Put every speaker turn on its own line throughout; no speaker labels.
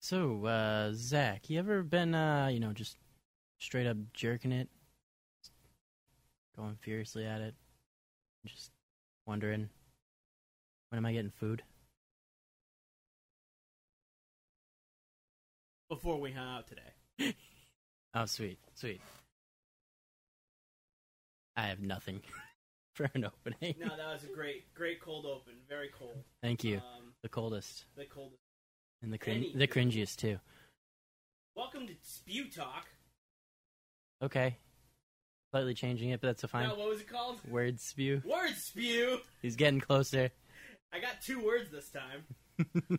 So, uh, Zach, you ever been, uh, you know, just straight up jerking it, going furiously at it, just wondering when am I getting food?
Before we hung out today.
Oh, sweet, sweet. I have nothing for an opening.
No, that was a great, great cold open. Very cold.
Thank you.
Um,
the coldest
the coldest.
and the cring-
Anywho.
the cringiest too.
Welcome to Spew Talk.
Okay, slightly changing it, but that's a fine
No, what was it called?
word spew.
Word Spew.
He's getting closer.
I got two words this time.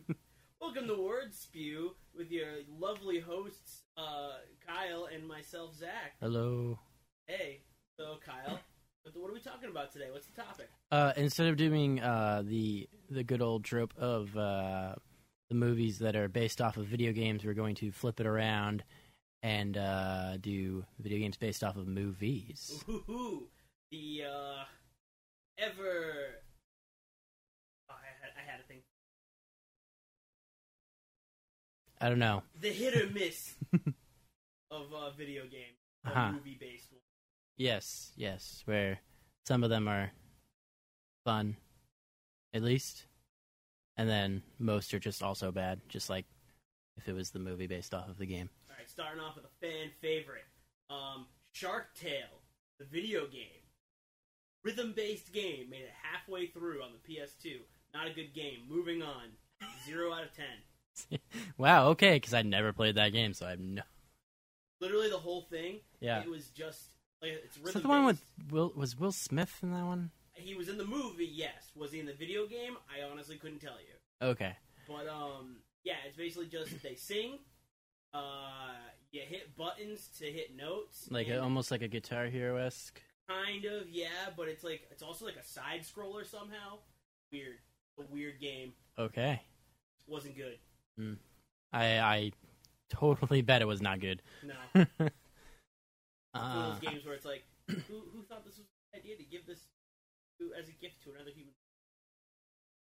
Welcome to Word Spew with your lovely hosts, uh, Kyle and myself, Zach.
Hello.
Hey, so Kyle, what what are we talking about today? What's the topic?
Uh, instead of doing uh, the the good old trope of uh, the movies that are based off of video games, we're going to flip it around and uh, do video games based off of movies.
Ooh, the uh, ever. Oh, I, had, I had a thing.
I don't know.
The hit or miss of uh, video games,
Uh-huh.
movie based one.
Yes, yes, where some of them are fun, at least, and then most are just also bad, just like if it was the movie based off of the game.
All right, starting off with a fan favorite, um, Shark Tale, the video game, rhythm-based game, made it halfway through on the PS2. Not a good game. Moving on, zero out of ten.
wow, okay, because I never played that game, so I have no.
Literally the whole thing.
Yeah.
It was just like it's rhythm.
Is that the one with Will? Was Will Smith in that one?
He was in the movie, yes. Was he in the video game? I honestly couldn't tell you.
Okay.
But um, yeah, it's basically just they sing. Uh, you hit buttons to hit notes.
Like um,
and
almost like a Guitar Hero esque.
Kind of, yeah, but it's like it's also like a side scroller somehow. Weird, a weird game.
Okay.
Wasn't good.
I I totally bet it was not good.
No, It's
uh,
one
Ah.
of those games where it's like, who, who thought this was a good idea to give this to, as a gift to another human?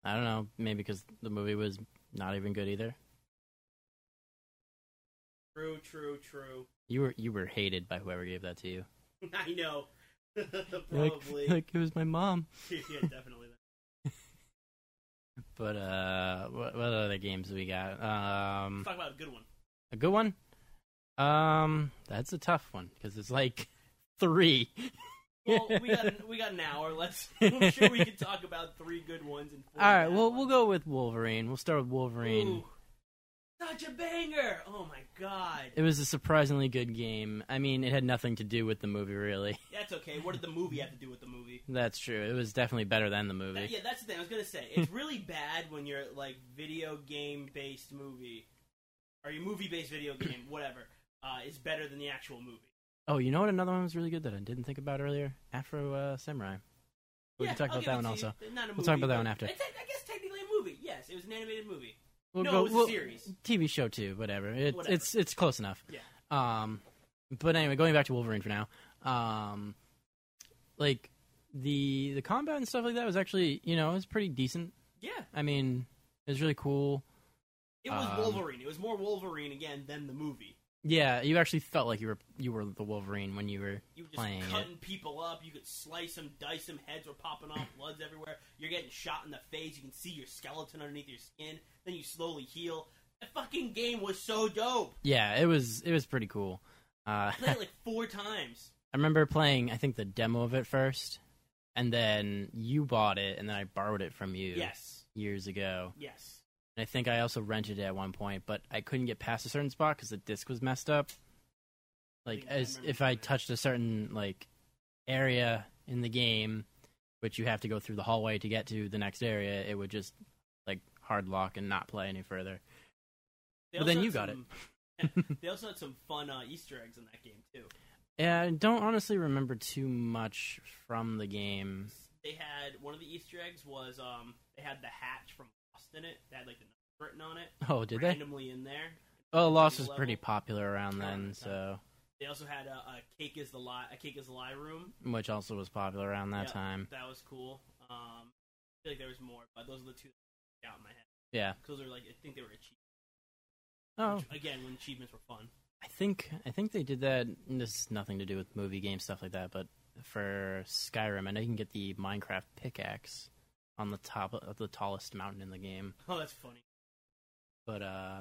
I don't know. Maybe because the movie was not even good either.
True, true, true.
You were you were hated by whoever gave that to you.
I know.
You're like-
Probably,
like it was my mom.
yeah, definitely.
But uh, what, what other games we got?
Let's
Um,
talk about a good one.
a good one. Um, that's a tough one because it's like three.
Well, we got an, we got an hour. Let's. I'm sure we can talk about three good ones and four.
All right,
bad
well
ones.
we'll go with Wolverine. We'll start with Wolverine.
Ooh, such a banger! Oh my god,
It was a surprisingly good game. I mean, it had nothing to do with the movie, really.
that's okay. What did the movie have to do with the movie?
That's true. It was definitely better than the
That-
movie.
yeah, that's the thing. I was gonna say it's really bad when you're like video game based movie, or your movie based video game, whatever, uh, is better than the actual movie.
Oh, you know what? Another one was really good that I didn't think about earlier. Afro uh, Samurai. We
yeah,
can talk
I'll
about
give
that
it
one
to
also.
You. Not a
We'll talk
movie,
about that
but-
one after.
It's, I guess technically a movie. Yes, it was an animated movie.
We'll
no,
go,
it was
we'll-
a series.
TV show too. Whatever. It,
Whatever.
It's it's close enough.
Yeah.
Um, but anyway, going back to Wolverine for now. Um, like the the combat and stuff like that was actually you know it was pretty decent.
Yeah,
I mean, it was really cool.
it was
Um,
Wolverine. It was more Wolverine again than the movie.
Yeah, you actually felt like you were you were the Wolverine when you were
You were just
playing it.
cutting people up. You could slice them, dice them. Heads were popping off. Bloods everywhere. You're getting shot in the face. You can see your skeleton underneath your skin. Then you slowly heal. The fucking game was so dope.
Yeah, it was it was pretty cool. Uh,
I played it like four times.
I remember playing I think the demo of it first, and then you bought it, and then I borrowed it from you
Yes,
years ago.
yes.
And I think I also rented it at one point, but I couldn't get past a certain spot because the disc was messed up. Like
think I
as
remember
if I
that.
touched a certain like area in the game, which you have to go through the hallway to get to the next area, it would just like hard lock and not play any further. But then you got
it. they also had some fun uh, Easter eggs in that game too.
Yeah, I don't honestly remember too much from the game.
They had one of the Easter eggs was um they had the hatch from Lost in it. They had like the number written on it
Oh, did they?
randomly in there.
Well, Lost
Pretty
was pretty
level.
popular around
Around
then,
that
so
They also had a, a cake is the lie a cake is the lie room
which also was popular around that
Yeah.
time.
That was cool. Um, I feel like there was more, but those are the two that out in my head.
Yeah,
Those are like I think they were achieved.
Oh,
Again, when achievements were fun.
I think I think they did that. and This is nothing to do with movie game stuff like that, but for Skyrim, I know you can get the Minecraft pickaxe on the top of the tallest mountain in the game.
Oh, that's funny.
But uh,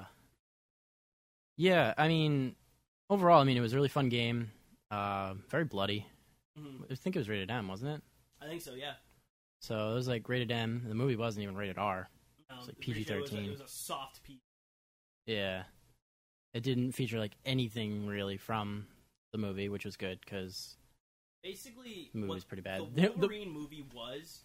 yeah, I mean, overall, I mean, it was a really fun game. Uh, very bloody.
Mhm.
I think it was rated M, wasn't it?
I think so. Yeah.
So it was like rated M. The movie wasn't even rated R.
Um,
It's like
pretty sure it was a-
PG-13.
It was a soft P.
Yeah. It didn't feature like anything really from the movie, which was good because
Basically,
the movie
what
was pretty bad. The-
the
the-
Wolverine movie was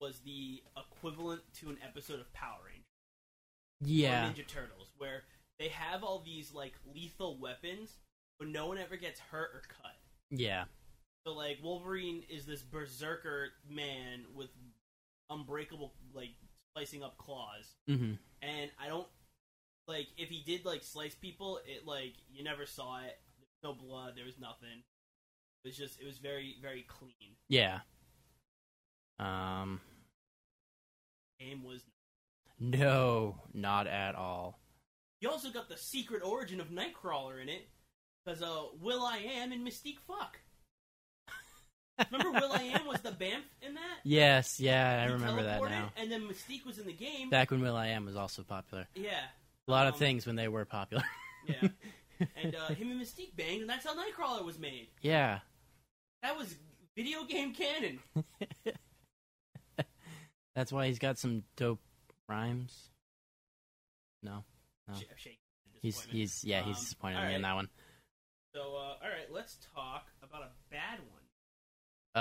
was the equivalent to an episode of Power Rangers. or
yeah,
Ninja Turtles, where they have all these like lethal weapons, but no one ever gets hurt or cut.
yeah,
So like Wolverine is this berserker man with unbreakable like slicing up claws,
mm-hmm.
and I don't like if he did like slice people, it like you never saw it. There was no blood, there was nothing. It was just it was very very clean.
yeah. Um,
Game was.
no, not at all.
You also got the secret origin of Nightcrawler in it, because uh, Will I Am and Mystique fuck. Remember, Will I Am was the Banff in that.
Yes, yeah, I
He
remember that
teleported,
now.
And then Mystique was in the game.
Back when Will I Am was also popular.
yeah,
A lot of
Um,
things when they were popular.
yeah. and uh, him and Mystique banged, and that's how Nightcrawler was made.
yeah,
That was video game canon.
that's why he's got some dope rhymes. No, Oh.
Sh- shake.
he's
disappointment.
he's yeah he's
Um,
disappointed
all
me in
right.
that one.
So, uh, all right, let's talk about a bad one.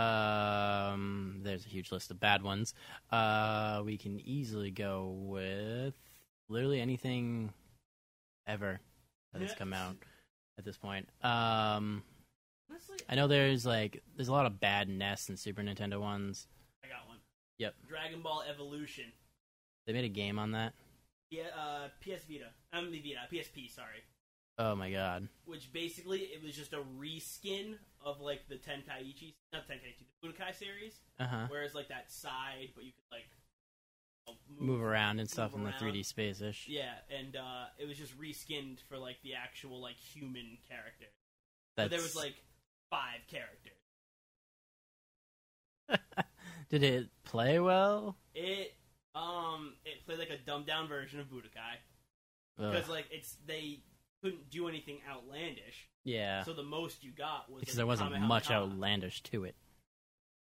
Um, there's a huge list of bad ones. Uh, we can easily go with literally anything ever that has come out at this point. Um,
Honestly,
I know there's like there's a lot of bad NES and Super Nintendo ones.
I got one.
Yep.
Dragon Ball Evolution.
They made a game on that.
Yeah, uh, PS Vita. Um, the Vita. PSP. Sorry.
Oh my god.
which basically it was just a reskin of like the Tenkaichi, not Tenkaichi, the Budokai series,
Uh huh.
whereas like that side, but you could like you know,
Move around and stuff
move
in the
around.
3D space ish.
Yeah, and uh, it was just reskinned for like the actual like human character.
That's
But there was like five characters.
Did it play well?
It um it played like a dumbed down version of Budokai
Ugh.
because like it's they couldn't do anything outlandish,
Yeah.
so the most you got was
because
like,
there wasn't
Kamehameha.
much outlandish to it.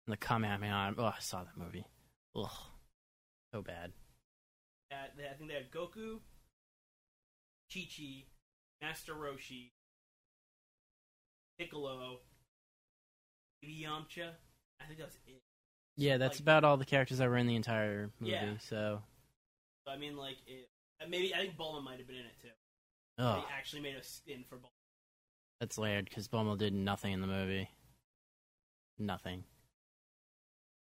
And the Kamehameha. Oh, I saw that movie. Ugh, so bad.
Uh, they- I think they had Goku, Chi Chi, Master Roshi, Piccolo, maybe Yamcha. I think that was it.
Yeah, that's
Like-
about all the characters that were in the entire movie.
Yeah.
So,
So, I mean, like, it, uh, maybe I think Bulma might have been in it too.
oh,
They actually made a skin for Bulma.
that's layered because Bommel did nothing in the movie. Nothing.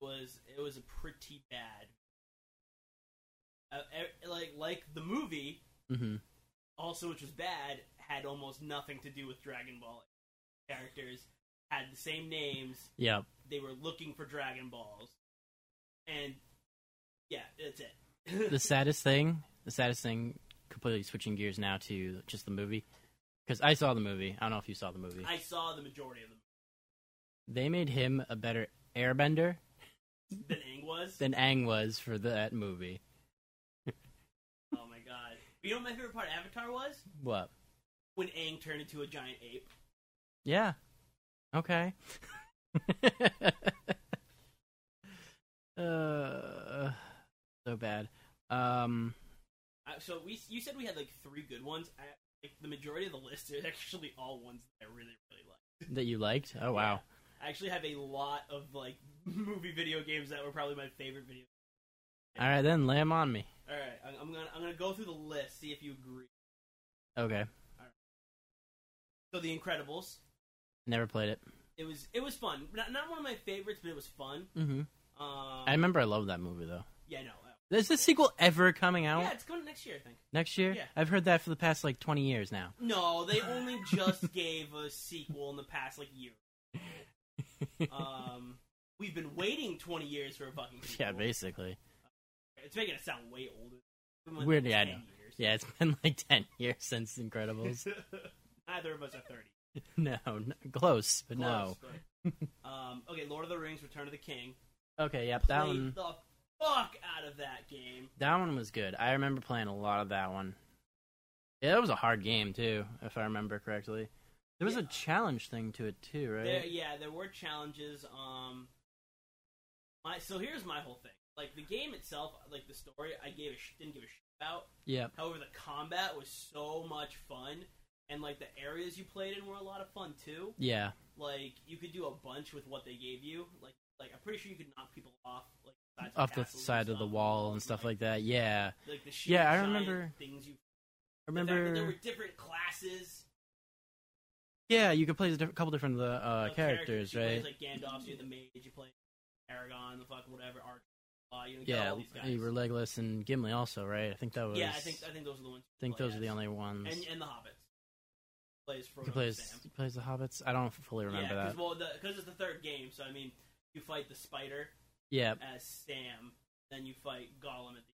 It was it was a pretty bad. Uh, e- like like the movie
hmm
also, which was bad, had almost nothing to do with Dragon Ball. Characters had the same names.
Yep.
they were looking for Dragon Balls, and yeah, that's
the
it.
saddest thing, the saddest thing, completely switching gears now to just the movie. Because I saw the movie. I don't know if you saw the movie.
I saw the majority of them
They made him a better airbender
than Aang was.
than Aang was for that movie.
Oh my god! You know what my favorite part of Avatar was
What?
when Aang turned into a giant ape.
Yeah. Okay. uh, so bad. Um,
Uh, so we, you said we had like three good ones. I, like, the majority of the list are actually all ones that I really, really like.
that you liked? Oh wow.
I actually have a lot of like movie video games that were probably my favorite video.
All right, then lay 'em on me.
All right, I'm, I'm gonna I'm gonna go through the list, see if you agree.
Okay.
So The Incredibles.
Never played it.
It was it was fun. Not not one of my favorites, but it was fun.
Mm-hmm.
Um,
I remember I loved that movie though.
yeah, no. uh,
Is the sequel ever coming out
Yeah, it's coming next year, I think.
next year?
yeah.
I've heard that for the past like twenty years now.
No, they only just gave a sequel in the past like year. Um, we've been waiting 20 years for a fucking sequel.
yeah, basically.
It's making it sound way older. It's been,
Weird,
like,
yeah, I
10 Years.
Yeah, it's been like 10 years since Incredibles.
Neither of us are thirty.
no, n- close, but no.
Close, but- um, okay, Lord of the Rings: Return of the King.
Okay, yep, that
Played
one.
the fuck out of that game.
That one was good. I remember playing a lot of that one. Yeah, that was a hard game too, if I remember correctly. There was a
Yeah.
challenge thing to it too, right?
There, yeah, there were challenges. Um, my so here's my whole thing. Like the game itself, like the story, I gave a sh- didn't give a shit about.
Yep.
However, the combat was so much fun, and like the areas you played in were a lot of fun too.
Yeah.
Like you could do a bunch with what they gave you. Like like I'm pretty sure you could knock people off like sides of
Off the
castles and
side of the
stuff.
wall and stuff
Right.
like that. Yeah.
Like the sheer
Yeah, I
giant
remember-
things you
I
the fact that there were
remember.
different classes.
Yeah, you could play a diff- couple different of the uh,
of
characters,
You played,
right?
like Gandalf, you had the mage, you played Aragon, the fuck whatever, Arch, uh, you know, you got
Yeah,
all these guys.
you were Legolas and Gimli also, right? I think that was.
yeah, I think I think those are the ones.
think
you
those are the
play
only ones.
as. And and the hobbits plays Frodo
he plays
and Sam.
he plays the hobbits. I don't fully remember
yeah,
that.
well, because it's the third game, so I mean, you fight the spider
Yeah,
as Sam, then you fight Gollum at the.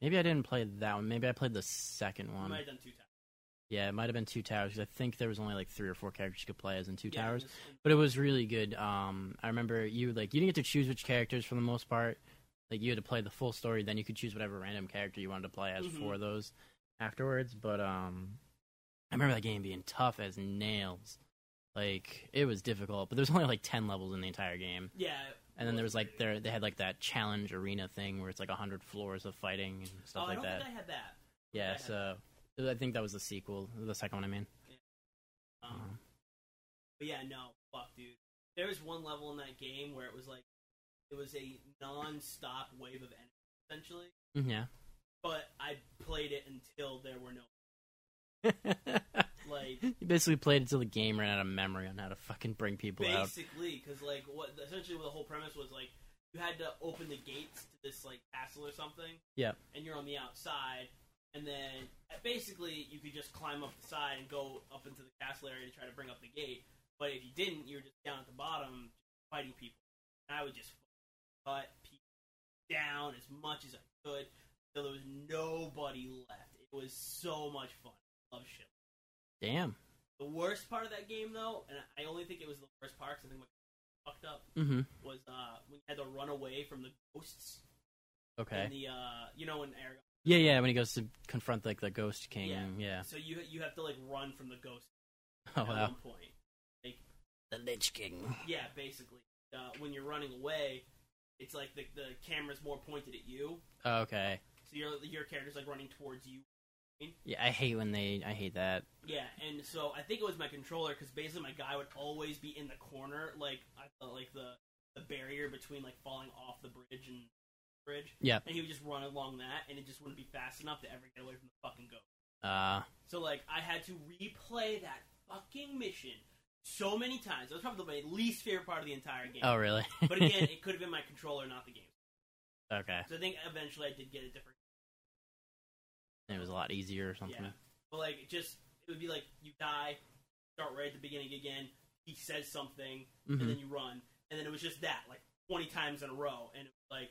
maybe I didn't play that one. Maybe I played the second
You
one.
might have done two towers.
Yeah, it might have been Two Towers. 'cause I think there was only like three or four characters you could play as in Two
Yeah,
Towers.
this- and-
But it was really good. Um, I remember you like you didn't get to choose which characters for the most part. Like you had to play the full story, then you could choose whatever random character you wanted to play as
Mhm.
for those afterwards. But um, I remember that game being tough as nails. Like it was difficult, but there's only like ten levels in the entire game.
yeah,
And then there was like there they had like that challenge arena thing where it's like hundred floors of fighting and stuff
oh, I
like
don't
that.
think I had that.
yeah,
I had
so I think that was the sequel, the second one. I mean,
Um,
Um,
But yeah, no, fuck, dude. There was one level in that game where it was like it was a non-stop wave of enemies, essentially.
mhm, yeah.
But I played it until there were no like
you basically played until the game ran out of memory on how to fucking bring people out.
basically because like what essentially what the whole premise was like you had to open the gates to this like castle or something.
Yeah.
And you're on the outside, and then uh, basically you could just climb up the side and go up into the castle area to try to bring up the gate. But if you didn't, you were just down at the bottom fighting people. And I would just cut people down as much as I could till there was nobody left. It was so much fun. I love shit.
Damn.
The worst part of that game, though, and I only think it was the worst part because I think what fucked up
Mm-hmm.
was uh, when you had to run away from the ghosts
Okay.
and the uh, you know when Aragon.
yeah, yeah. When he goes to confront like the Ghost King. Yeah.
Yeah. So you you have to like run from the ghosts
Oh
at
wow.
one point.
The Lich King.
Yeah, basically, uh, when you're running away, it's like the the camera's more pointed at you,
Okay.
so your your character's like running towards you.
Yeah, I hate when they. I hate that.
Yeah, and so I think it was my controller because basically my guy would always be in the corner, like I thought, like the the barrier between like falling off the bridge and bridge.
Yeah.
and he would just run along that, and it just wouldn't be fast enough to ever get away from the fucking ghost.
Uh.
So like I had to replay that fucking mission so many times. That was probably my least favorite part of the entire game.
Oh really?
But again, it could have been my controller, not the game.
okay.
So I think eventually I did get a different.
It was a lot easier or something.
Yeah, but like it just it would be like you die, start right at the beginning again. He says something,
Mhm.
and then you run, and then it was just that like twenty times in a row, and it was like,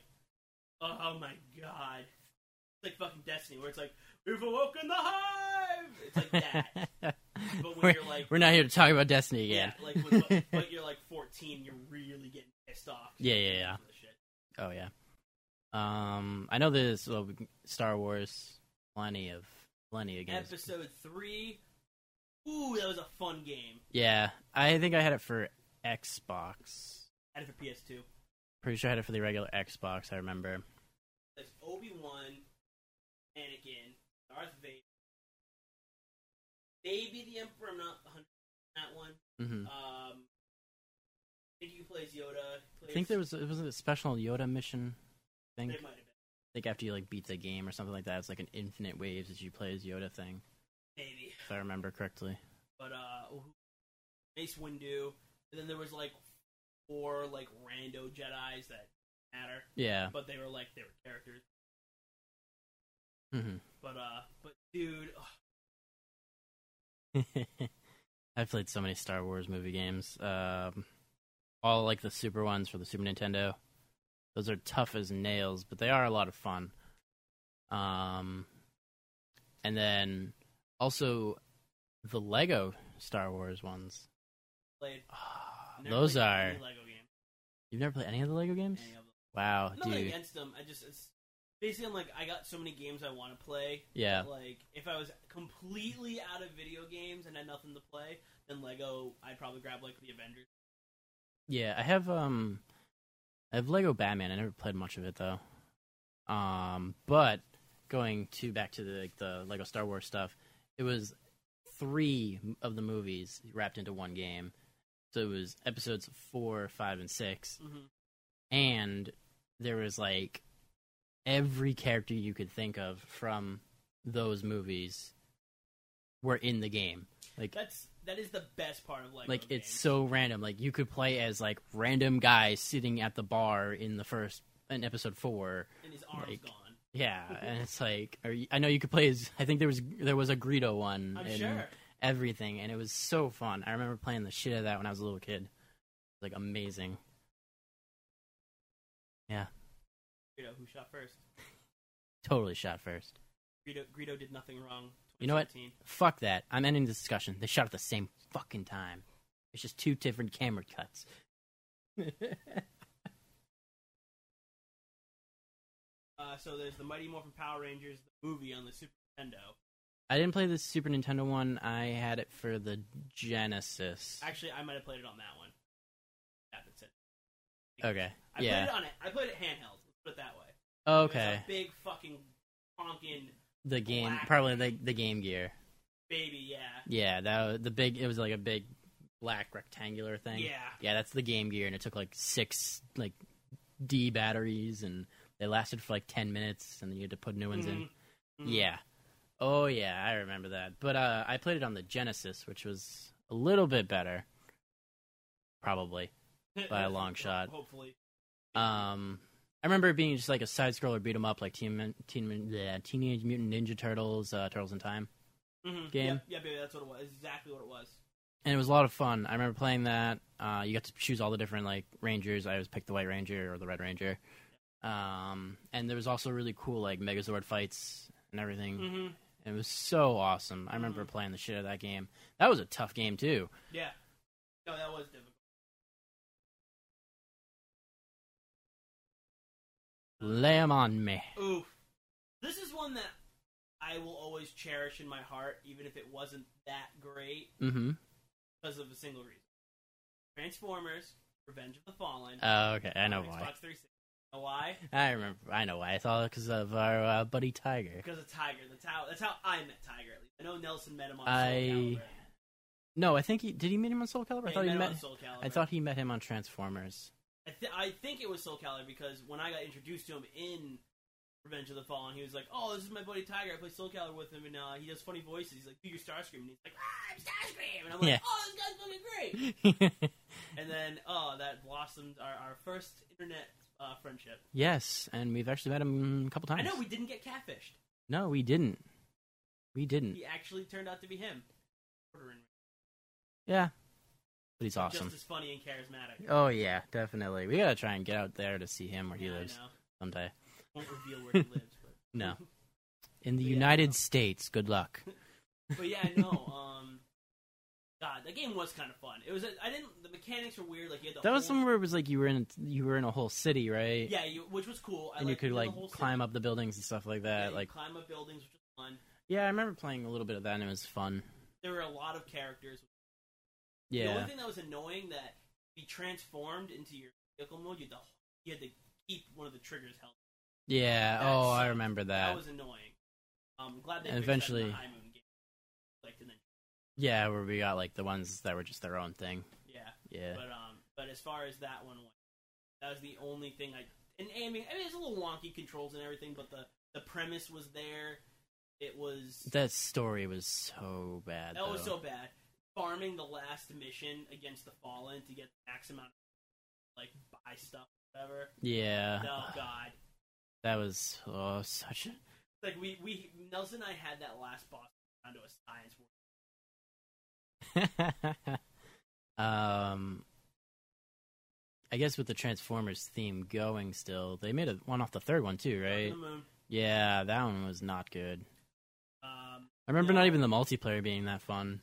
oh my god, it's like fucking Destiny, where it's like we've awoken the hive. It's like that. when
we're,
you're, like-
we're not here to talk about Destiny again.
Yeah, like when, but, but you're like 14, you're really getting pissed off.
Yeah, yeah, yeah.
For the shit.
Oh yeah. Um, I know there's well, Star Wars plenty of plenty of games.
Episode three. Ooh, that was a fun game.
Yeah, I think I had it for Xbox.
I had it for PS2.
Pretty sure I had it for the regular Xbox. I remember.
That's Obi Wan, Anakin, Darth Vader, maybe the Emperor. I'm not 100 that one.
hmm
Um, I think he plays Yoda. Plays,
I think there was it was a special Yoda mission. I
They
think
might have been
I think after you like beat the game or something like that, it's like an infinite waves as you play as Yoda thing.
maybe,
If I remember correctly.
but uh, ooh, Mace Windu, and then there was like four like rando Jedi's that matter.
Yeah.
but they were like they were characters.
hmm
But uh, but dude, ugh,
I've played so many Star Wars movie games. Um, all like the super ones for the Super Nintendo. Those are tough as nails, but they are a lot of fun. Um, and then also the Lego Star Wars ones.
Played.
Ah,
never
those
played
are
any Lego game.
you've never played any of the Lego games?
Any of them.
Wow,
I'm
dude.
Nothing against them. I just it's basically I'm like I got so many games I want to play.
Yeah,
Like if I was completely out of video games and had nothing to play, then Lego I'd probably grab like the Avengers.
yeah. I have um, I have Lego Batman. I never played much of it though. Um, but going to back to the like, the Lego Star Wars stuff, it was three of the movies wrapped into one game. So it was episodes four, five, and six.
Mm-hmm.
and there was like every character you could think of from those movies were in the game. Like
That's that is the best part of Lego.
like it's
games.
so random. Like you could play as like random guys sitting at the bar in the first in episode 4.
and his arm's
like-
gone.
Yeah, and it's like or y- I know you could play as I think there was there was a Greedo one
I'm
and
sure.
everything and it was so fun. I remember playing the shit out of that when I was a little kid. Like amazing.
Greedo, who shot first?
Totally shot first.
Greedo, Greedo did nothing wrong.
You know what?
2017.
Fuck that. I'm ending this discussion. They shot at the same fucking time. It's just two different camera cuts.
Uh, so there's the Mighty Morphin Power Rangers the movie on the Super Nintendo.
I didn't play the Super Nintendo one. I had it for the Genesis.
Actually, I might have played it on that one. Yeah, that's it.
Okay.
I played
yeah.
it on it. I played it handheld. Let's put it that way. It was
Okay.
a big fucking honking
The game,
black.
probably the the Game Gear.
baby. Yeah.
Yeah, that was the big. It was like a big black rectangular thing.
Yeah.
Yeah, that's the Game Gear, and it took like six like D batteries, and they lasted for like ten minutes, and then you had to put new ones in.
Mhm. Mhm.
Yeah. Oh yeah, I remember that. But uh, I played it on the Genesis, which was a little bit better, probably by a long shot.
Mm-hmm. Hopefully.
Um, I remember it being just like a side scroller beat 'em up, like Teen, Teen yeah, Teenage Mutant Ninja Turtles, uh, Turtles in Time,
Mhm.
game.
Yep, yep, yep, that's what it was. That's Exactly what it was.
and it was a lot of fun. I remember playing that. Uh, you got to choose all the different like Rangers. I always picked the White Ranger or the Red Ranger. Um, and there was also really cool like Megazord fights and everything.
hmm
It was so awesome. I remember
Mhm.
playing the shit out of that game. That was a tough game too.
Yeah. No, that was difficult.
Lay 'em on me.
Oof. This is one that I will always cherish in my heart, even if it wasn't that great,
Mm-hmm.
because of a single reason: Transformers: Revenge of the Fallen.
Oh, okay, I know
Xbox
why.
360. You know why?
I remember. I know why. It's all because of our uh, buddy Tiger.
Because of Tiger. That's how. That's how I met Tiger. At least I know Nelson met him on.
I-
Soul Calibur.
No, I think he did. He meet him on Soul Calibur.
Yeah,
I thought he
him
met.
on Soul Calibur.
I thought he met him on Transformers.
I, th- I think it was Soul Calibur because when I got introduced to him in Revenge of the Fallen, he was like, "Oh, this is my buddy Tiger. I play Soul Calibur with him, and uh, he does funny voices. He's like, do your Starscream.' And he's like, ah, I'm Starscream.' And I'm like,
Yeah.
oh, this guy's fucking great. and then, oh, that blossomed our, our first internet uh, friendship.
yes, and we've actually met him a couple times.
I know we didn't get catfished.
no, we didn't. We didn't.
He actually turned out to be him.
Yeah, but he's awesome.
Just as funny and charismatic.
Oh yeah, definitely. We gotta try and get out there to see him where he
Yeah, I
lives
know.
someday.
Won't reveal where he lives, but
No, in the
But yeah,
United
no.
States. Good luck.
But yeah, no. Um, God, that game was kind of fun. It was. I didn't. The mechanics were weird. Like you had the
That was
whole-
somewhere it was like you were in you were in a whole city, right?
Yeah, you, which was cool. I
and you
liked-
could
had the
like
whole
climb
city.
up the buildings and stuff like
Yeah,
that.
you
like,
climb up buildings, which was fun.
yeah, I remember playing a little bit of that and it was fun.
There were a lot of characters. The
Yeah,
only thing that was annoying that if you transformed into your vehicle mode, you had to, you had to keep one of the triggers held.
yeah.
that
Oh, I
sucked.
remember that.
was annoying. Um, I'm glad they
And
fixed that
eventually-
in the High Moon game. Like, and then,
Yeah, where we got like the ones that were just their own thing.
yeah.
Yeah,
But um, but as far as that one went, that was the only thing I and aiming. I mean, it's a little wonky controls and everything, but the the premise was there. It was
that story was so bad.
that was
though.
so bad. Farming the last mission against the Fallen to get the max amount, of, like buy stuff, whatever.
Yeah,
Oh God!
that was oh such. A...
Like we we Nelson and I had that last boss down to a science. War.
um, I guess with the Transformers theme going still, they made a one off the third one too,
Up in
right?
The moon.
Yeah, that one was not good.
Um,
I remember
No.
not even the multiplayer being that fun.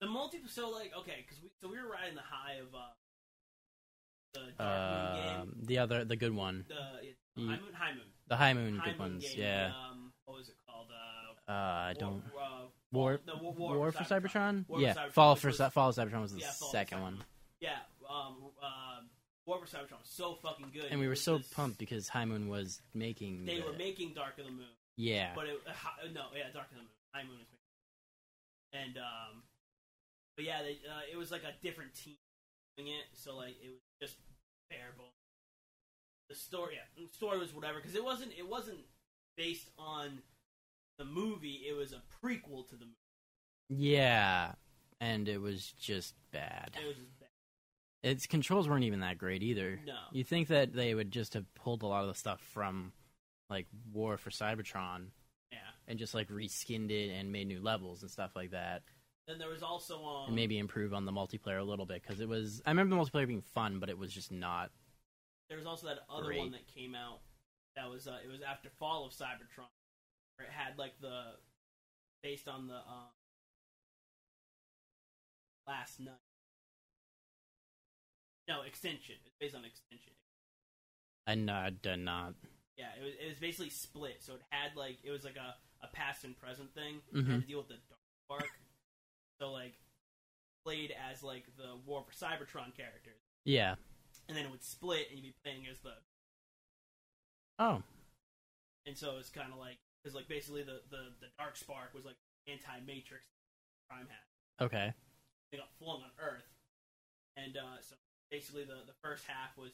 The multi, so like okay, because we so we were riding the high of uh, the Dark Moon
Uh,
game.
the other, the good one,
The it,
you-
High Moon, High Moon,
the Mm. High Moon
High
good
Moon
ones.
game,
Yeah,
Um, what was it called? Uh,
uh, I don't.
War, uh,
War,
no,
War,
War,
for Cybertron.
War for
yeah,
Cybertron,
Fall
which
for
was-
Cy- Fall of Cybertron was the
Yeah, Fall of
second
Cybertron.
one,
Yeah, um, um, War for Cybertron was so fucking good,
and we were so
because
pumped because High Moon was making.
They
the-
were making Dark of the Moon,
yeah,
but it, uh, hi- no, yeah, Dark of the Moon, High Moon is making, and um, but yeah, they, uh, it was like a different team doing it, so like it was just terrible. The story, yeah, the story was whatever because it wasn't it wasn't based on the movie; it was a prequel to the movie.
yeah, and it was just bad.
It was just bad.
Its controls weren't even that great either.
no.
You think that they would just have pulled a lot of the stuff from like War for Cybertron
Yeah.
and just like reskinned it and made new levels and stuff like that,
Then there was also um
and maybe improve on the multiplayer a little bit because it was. I remember the multiplayer being fun, but it was just not.
there was also that other
Great.
one that came out that was uh, it was after Fall of Cybertron where it had like the based on the um last night. No, extension. It's based on extension.
And uh, did not.
Yeah, it was it was basically split. So it had like it was like a, a past and present thing. You
Mhm.
had to deal with the dark arc. so like played as like the War for Cybertron characters.
Yeah.
and then it would split, and you'd be playing as the.
Oh.
And so it's kind of like because like basically the, the the dark spark was like anti Matrix, Prime hat.
Okay.
They got flung on Earth, and uh, so basically the the first half was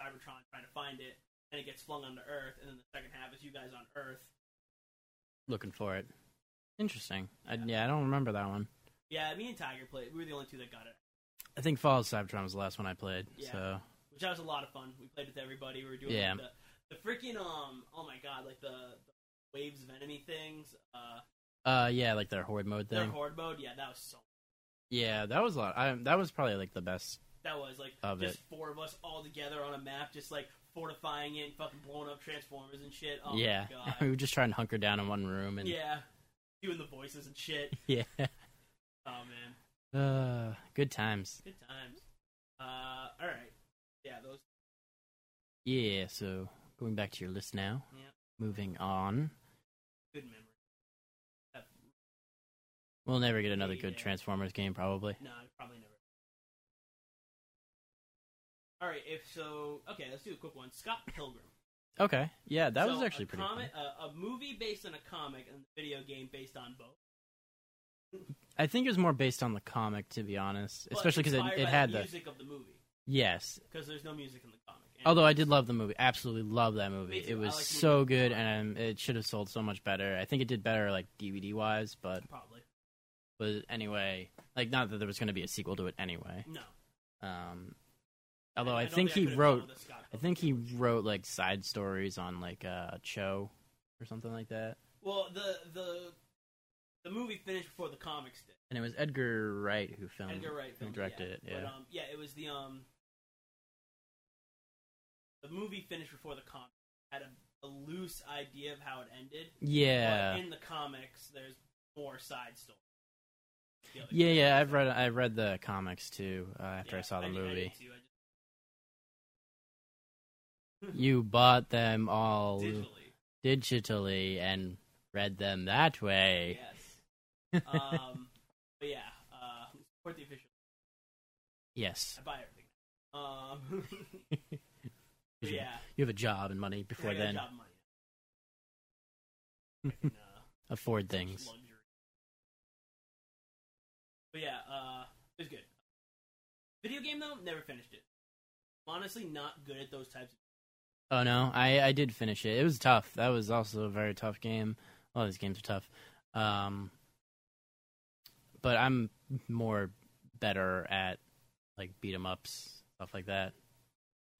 Cybertron trying to find it, and it gets flung onto Earth, and then the second half is you guys on Earth.
Looking for it. Interesting. I, yeah, I don't remember that one.
Yeah, me and Tiger played. We were the only two that got it,
I think Fall of Cybertron was the last one I played.
Yeah.
So
which that was a lot of fun. We played with everybody. We were doing
Yeah.
like, the the freaking um oh my god like the, the waves of enemy things. Uh,
Uh, yeah, like their horde mode
their
thing.
horde mode. Yeah, that was so
yeah, that was a lot. I, that was probably like the best.
That was like
Of
just four of us all together on a map, just like fortifying it and fucking blowing up transformers and shit. Oh
yeah,
my
we
god.
were just trying to hunker down in one room and
yeah. Doing the voices and shit.
yeah.
Oh man.
Uh, good times.
Good times. Uh alright. Yeah, those
Yeah. So going back to your list now.
Yeah.
Moving on,
good memories.
we'll never get another good
Yeah.
Transformers game probably.
No, I probably never. Alright, if so okay, let's do a quick one. Scott Pilgrim.
Okay. Yeah, that
So,
was actually
a
pretty.
comic,
fun.
a, a movie based on a comic and a video game based on both.
I think it was more based on the comic to be honest,
But
especially because
inspired
it, it
by
had
the
the
music of the movie
yes.
because there's no music in the comic. And-
Although I did love the movie, absolutely love that movie.
Me too.
It
I
was
like the
so
movie.
good, and um, it should have sold so much better. I think it did better like DVD wise, but
probably
was anyway like not that there was going to be a sequel to it anyway.
no.
Um, although I,
don't
think
I
he
could've
wrote,
gone with a Scott
I
Pilgrim.
think he wrote like side stories on like uh, Cho or something like that,
Well, the the the movie finished before the comics did.
and it was Edgar Wright who filmed,
Edgar Wright
who
filmed,
Um, directed it.
yeah.
Yeah,
But, um, yeah, it was the um the movie finished before the comic had a, a loose idea of how it ended.
yeah,
But in the comics, there's more side story. You know, like-
yeah, yeah. I've read, I've read the comics too. Uh, after I
Yeah,
saw the
did- I did
movie,
too. I just-
you bought them all
digitally.
digitally and read them that way.
Yes. um, but yeah, uh, support the official.
Yes,
I buy everything. Um, but
you-
yeah.
you have a job and money before
I got a
then.
job money. I can, uh,
Afford
purchase
things.
Luxury. But yeah, uh, it was good. Video game though, never finished it. Honestly, not good at those types. of
Oh no, I I did finish it. It was tough. That was also a very tough game. All these games are tough. Um, but I'm more better at like beat 'em ups stuff like that.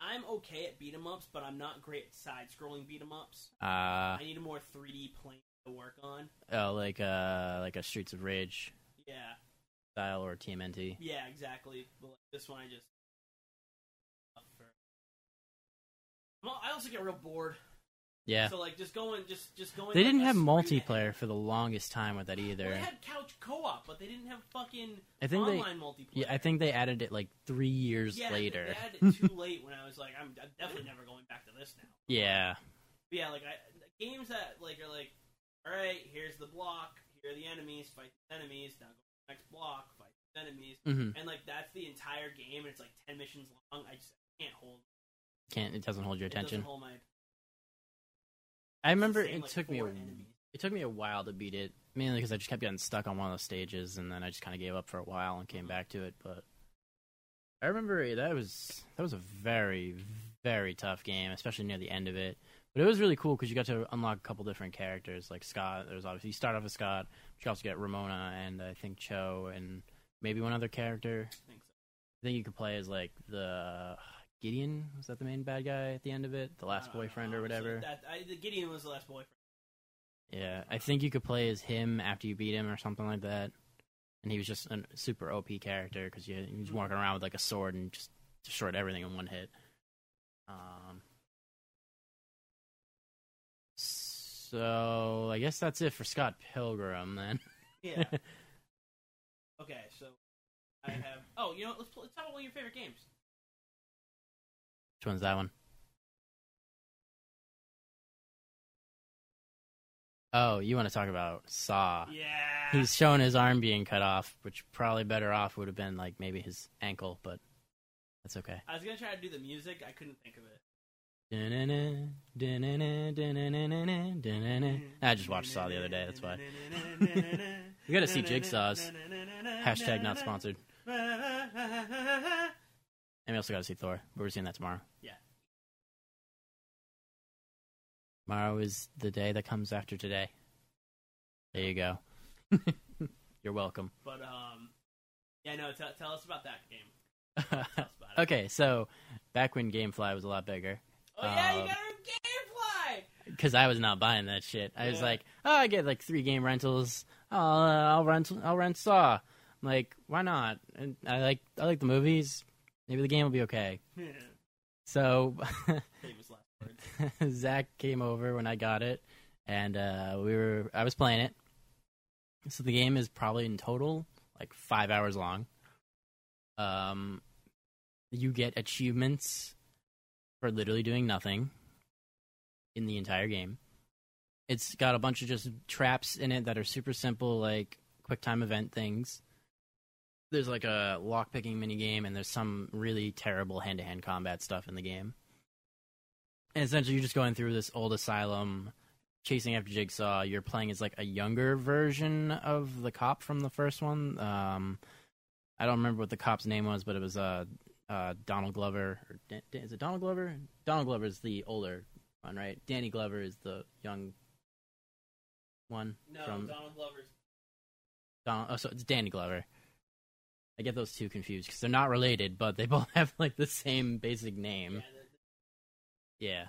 I'm okay at beat 'em ups, but I'm not great at side scrolling beat 'em ups.
Uh,
I need a more 3D plane to work on.
oh, like uh like a Streets of Rage
Yeah,
style or TMNT.
yeah, exactly. But like, this one, I just. Well, I also get real bored.
Yeah.
So like just going, just just going.
They
like,
didn't
a
have
screen
multiplayer
ahead.
for the longest time with that either.
Well, they had couch co-op, but they didn't have fucking
I think they-
online multiplayer.
yeah, I think they added it like three years
Yeah,
later.
They added it too late when I was like, I'm, I'm definitely never going back to this now.
yeah.
But yeah, like I, the games that like are like, all right, here's the block, here are the enemies, fight the enemies, now go to the next block, fight the enemies,
hmm
and like that's the entire game, and it's like ten missions long. I just can't hold
Can't it doesn't hold your
it doesn't
attention.
hold my.
I remember
same,
it
like,
took me a,
four enemies.
it took me a while to beat it, mainly because I just kept getting stuck on one of those stages, and then I just kind of gave up for a while and came
Mhm.
back to it. But I remember that was that was a very very tough game, especially near the end of it. But it was really cool because you got to unlock a couple different characters, like Scott. There's obviously you start off with Scott, but you also get Ramona and I think Cho and maybe one other character.
I think so.
I think you could play as like the Gideon. Was that the main bad guy at the end of it? The
I
last
don't know,
boyfriend or
honestly,
whatever.
Uh, That, I, the Gideon was the last boyfriend.
Yeah, I think you could play as him after you beat him or something like that. And he was just a super OP character because you he was walking around with like a sword and just destroyed everything in one hit. Um, so I guess that's it for Scott Pilgrim then.
Yeah. okay, so I have. Oh, you know, let's pl- let's talk about one of your favorite games.
Which one's that one? Oh, you want to talk about Saw?
Yeah.
Ah, He's showing his arm being cut off, which probably better off would have been like maybe his ankle, but that's okay.
I was gonna try to do the music. I couldn't think of it.
Dun-dun-dun, dun-dun-dun, dun-dun-dun-dun, dun-dun-dun. Eh, I just watched Saw the other day, that's why. We gotta see Jigsaws. Hashtag not sponsored.
Yeah.
And we also gotta see Thor. We're seeing that tomorrow.
Yeah.
Tomorrow is the day that comes after today. There you go. You're welcome.
But um, yeah, no. Tell, tell us about that game. Tell us about it.
okay, so back when Gamefly was a lot bigger,
Oh yeah, you
um,
got our gameplay.
because I was not buying that shit. I was
Yeah.
like, oh, I get like three game rentals. Oh, I'll rent, I'll rent Saw. I'm like, why not? And I like, I like the movies. Maybe the game will be okay. So
Famous last words.
Zach came over when I got it, and uh, we were, I was playing it. So the game is probably in total like five hours long. Um, you get achievements for literally doing nothing in the entire game. It's got a bunch of just traps in it that are super simple, like quick time event things. There's like a lock picking minigame, and there's some really terrible hand to hand combat stuff in the game. And essentially, you're just going through this old asylum, chasing after Jigsaw. You're playing as like a younger version of the cop from the first one. Um, I don't remember what the cop's name was, but it was uh, uh, Donald Glover. Or Dan- Dan- is it Donald Glover? Donald Glover is the older one, right? Danny Glover is the young one.
No,
from
Donald Glover's.
Don- oh, so it's Danny Glover. I get those two confused because they're not related, but they both have like the same basic name.
Yeah, the-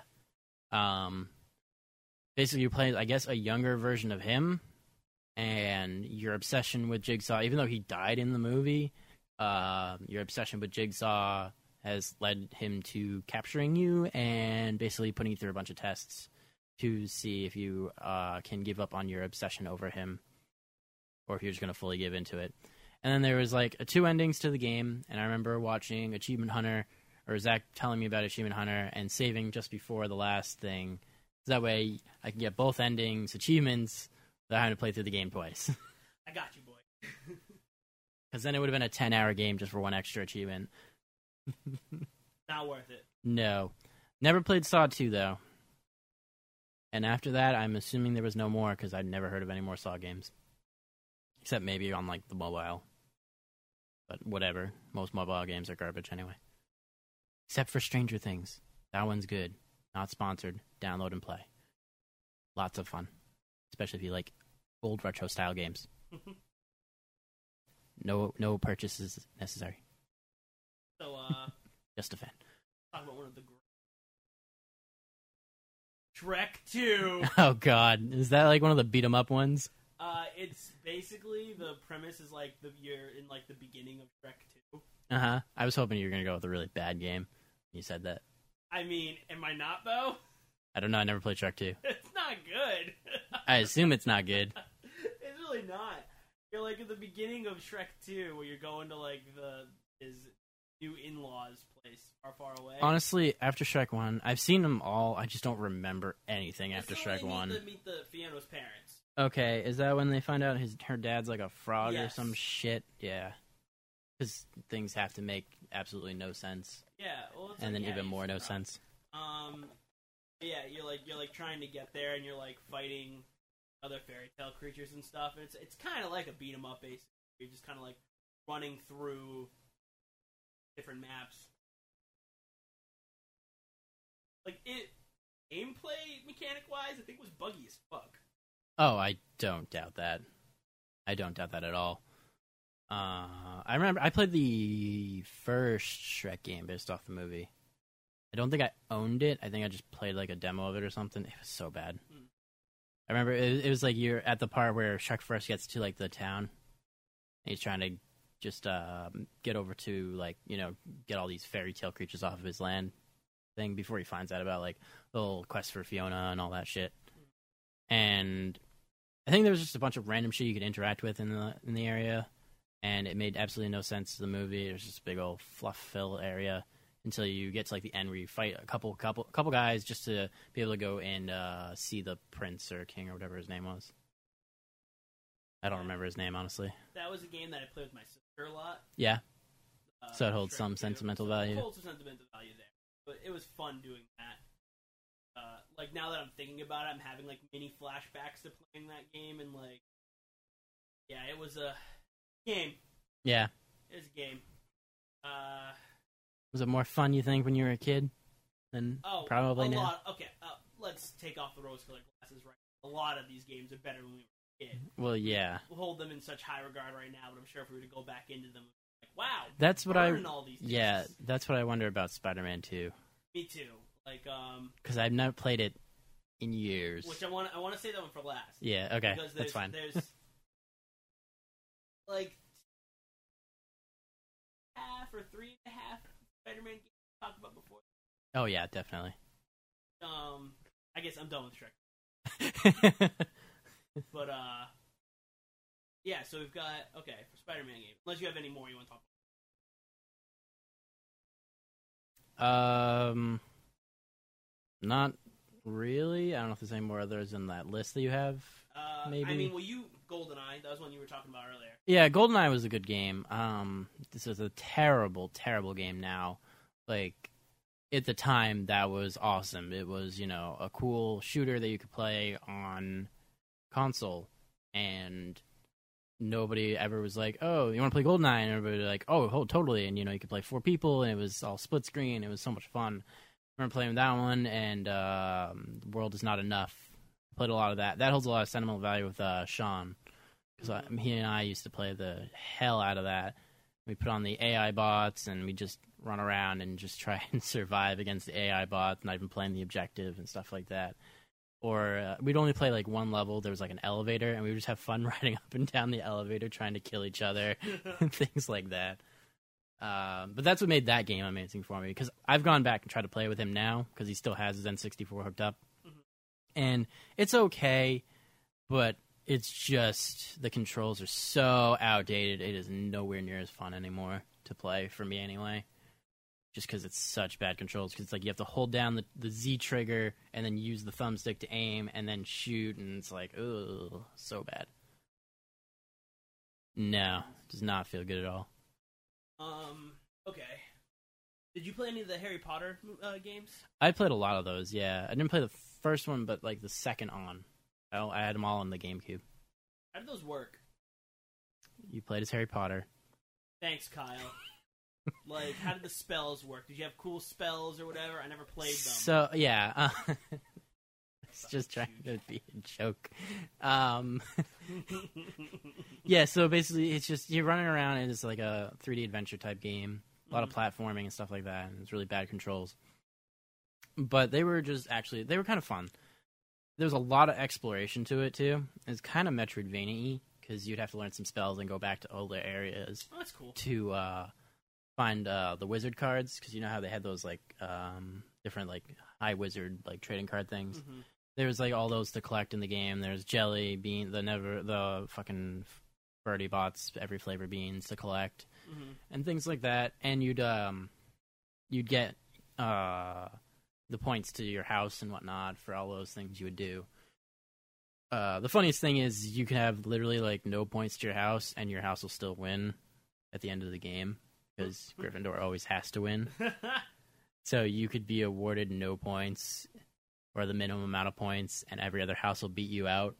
Yeah. Um basically you play I guess a younger version of him and your obsession with Jigsaw even though he died in the movie, uh your obsession with Jigsaw has led him to capturing you and basically putting you through a bunch of tests to see if you uh can give up on your obsession over him or if you're just going to fully give into it. And then there was like two endings to the game and I remember watching Achievement Hunter or Zach telling me about Achievement Hunter and saving just before the last thing. So that way I can get both endings, achievements, without having to play through the game twice.
I got you, boy.
Because then it would have been a 10 hour game just for one extra achievement.
Not worth it.
No. Never played Saw 2, though. And after that, I'm assuming there was no more because I'd never heard of any more Saw games. Except maybe on, like, the mobile. But whatever. Most mobile games are garbage anyway. Except for Stranger Things. That one's good. Not sponsored. Download and play. Lots of fun. Especially if you like old retro style games. No no purchases necessary.
so, uh,
Just a fan.
talk about one of the. Gr- Shrek Two.
Oh god. Is that like one of the beat 'em up ones?
Uh, it's basically the premise is like the you're in like the beginning of Shrek Two.
Uh huh. I was hoping you were gonna go with a really bad game. You said that.
I mean, am I not though?
I don't know. I never played Shark 2.
It's not good.
I assume it's not good.
it's really not. You're like at the beginning of Shrek 2, where you're going to like the his new in-laws place far, far away.
Honestly, after Shrek 1, I've seen them all. I just don't remember anything
It's
after
the way
Shrek
you
1.
Meet the, meet the Fiano's parents.
Okay, is that when they find out his her dad's like a frog or
Yes.
some shit? Yeah. Because things have to make absolutely no sense,
Yeah, well, it's
and
like,
then
yeah,
even
he's
more
a
no
frog.
sense.
Um, yeah, you're like you're like trying to get there, and you're like fighting other fairy tale creatures and stuff. It's it's kind of like a beat 'em up, basically. You're just kind of like running through different maps. Like it, gameplay mechanic wise, I think was buggy as fuck.
Oh, I don't doubt that. I don't doubt that at all. Uh, I remember I played the first Shrek game based off the movie. I don't think I owned it. I think I just played like a demo of it or something. It was so bad.
Hmm.
I remember it, it was like you're at the part where Shrek first gets to like the town. And he's trying to just um, get over to like you know get all these fairy tale creatures off of his land thing before he finds out about like the whole quest for Fiona and all that shit. And I think there was just a bunch of random shit you could interact with in the in the area, and it made absolutely no sense to the movie. It was just a big old fluff fill area until you get to like the end where you fight a couple couple couple guys just to be able to go and uh, see the prince or king or whatever his name was. I don't remember his name honestly.
That was a game that I played with my sister a lot.
Yeah,
Uh,
So it holds
Shrek
some
2,
sentimental
so
value.
It holds some sentimental value there, but it was fun doing that. Uh, like now that I'm thinking about it, I'm having like mini flashbacks to playing that game, and like, yeah, it was a game.
yeah.
It was a game. Uh,
Was it more fun you think when you were a kid than
oh,
probably
a
now?
Lot, okay, uh, let's take off the rose-colored glasses. Right, a lot of these games are better when we were a kid.
Well, yeah.
We'll hold them in such high regard right now, but I'm sure if we were to go back into them, like, wow,
That's what I
burn all these.
yeah.
things.
That's what I wonder about Spider-Man 2
me too. Like, um,
because I've never played it in years.
Which I want I want to say that one for last.
Yeah, okay.
because
That's
there's,
fine.
There's like half or three and a half Spider-Man games we talked about before.
Oh, yeah, definitely.
Um, I guess I'm done with Shrek, but uh, yeah. So we've got okay for Spider-Man game. Unless you have any more you want to talk
um, not really. I don't know if there's any more others in that list that you have.
about. Uh, I
Maybe.
mean, well, you Goldeneye. That was one you were talking about earlier.
Yeah, GoldenEye was a good game. Um, this is a terrible, terrible game now. Like, at the time, that was awesome. It was, you know, a cool shooter that you could play on console. And nobody ever was like, oh, you want to play GoldenEye? And everybody was like, oh, oh, totally. And, you know, you could play four people, and it was all split screen. It was so much fun. I remember playing that one, and um, The World Is Not Enough. Played a lot of that. That holds a lot of sentimental value with uh, Sean because he and I used to play the hell out of that. We put on the AI bots and we just run around and just try and survive against the AI bots, not even playing the objective and stuff like that. Or uh, we'd only play like one level. There was like an elevator, and we would just have fun riding up and down the elevator trying to kill each other and things like that. Um, but that's what made that game amazing for me because I've gone back and tried to play with him now because he still has his N64 hooked up,
Mhm.
and it's okay, but it's just the controls are so outdated. It is nowhere near as fun anymore to play for me anyway, just because it's such bad controls. Because like you have to hold down the, the Z trigger and then use the thumbstick to aim and then shoot, and it's like ugh, so bad. No, does not feel good at all.
Um, okay. Did you play any of the Harry Potter uh, games?
I played a lot of those. Yeah, I didn't play the first one, but like the second on. Oh, I, I had them all on the GameCube.
How did those work?
You played as Harry Potter.
Thanks, Kyle. like, how did the spells work? Did you have cool spells or whatever? I never played them.
So yeah, uh, it's just trying to be a joke. Um, yeah, so basically, it's just you're running around and it's like a 3D adventure type game. A
Mm-hmm.
lot of platforming and stuff like that, and it's really bad controls. But they were just actually they were kind of fun. There was a lot of exploration to it too. It's kind of Metroidvania because you'd have to learn some spells and go back to older areas
oh, that's cool.
to uh, find uh, the wizard cards because you know how they had those like um, different like high wizard like trading card things.
hmm
There's like all those to collect in the game. There's jelly bean, the never the fucking birdie bots, every flavor beans to collect
hmm
and things like that. And you'd um, you'd get uh, the points to your house and whatnot for all those things you would do. Uh, the funniest thing is you can have literally like no points to your house, and your house will still win at the end of the game because Gryffindor always has to win. So you could be awarded no points or the minimum amount of points, and every other house will beat you out,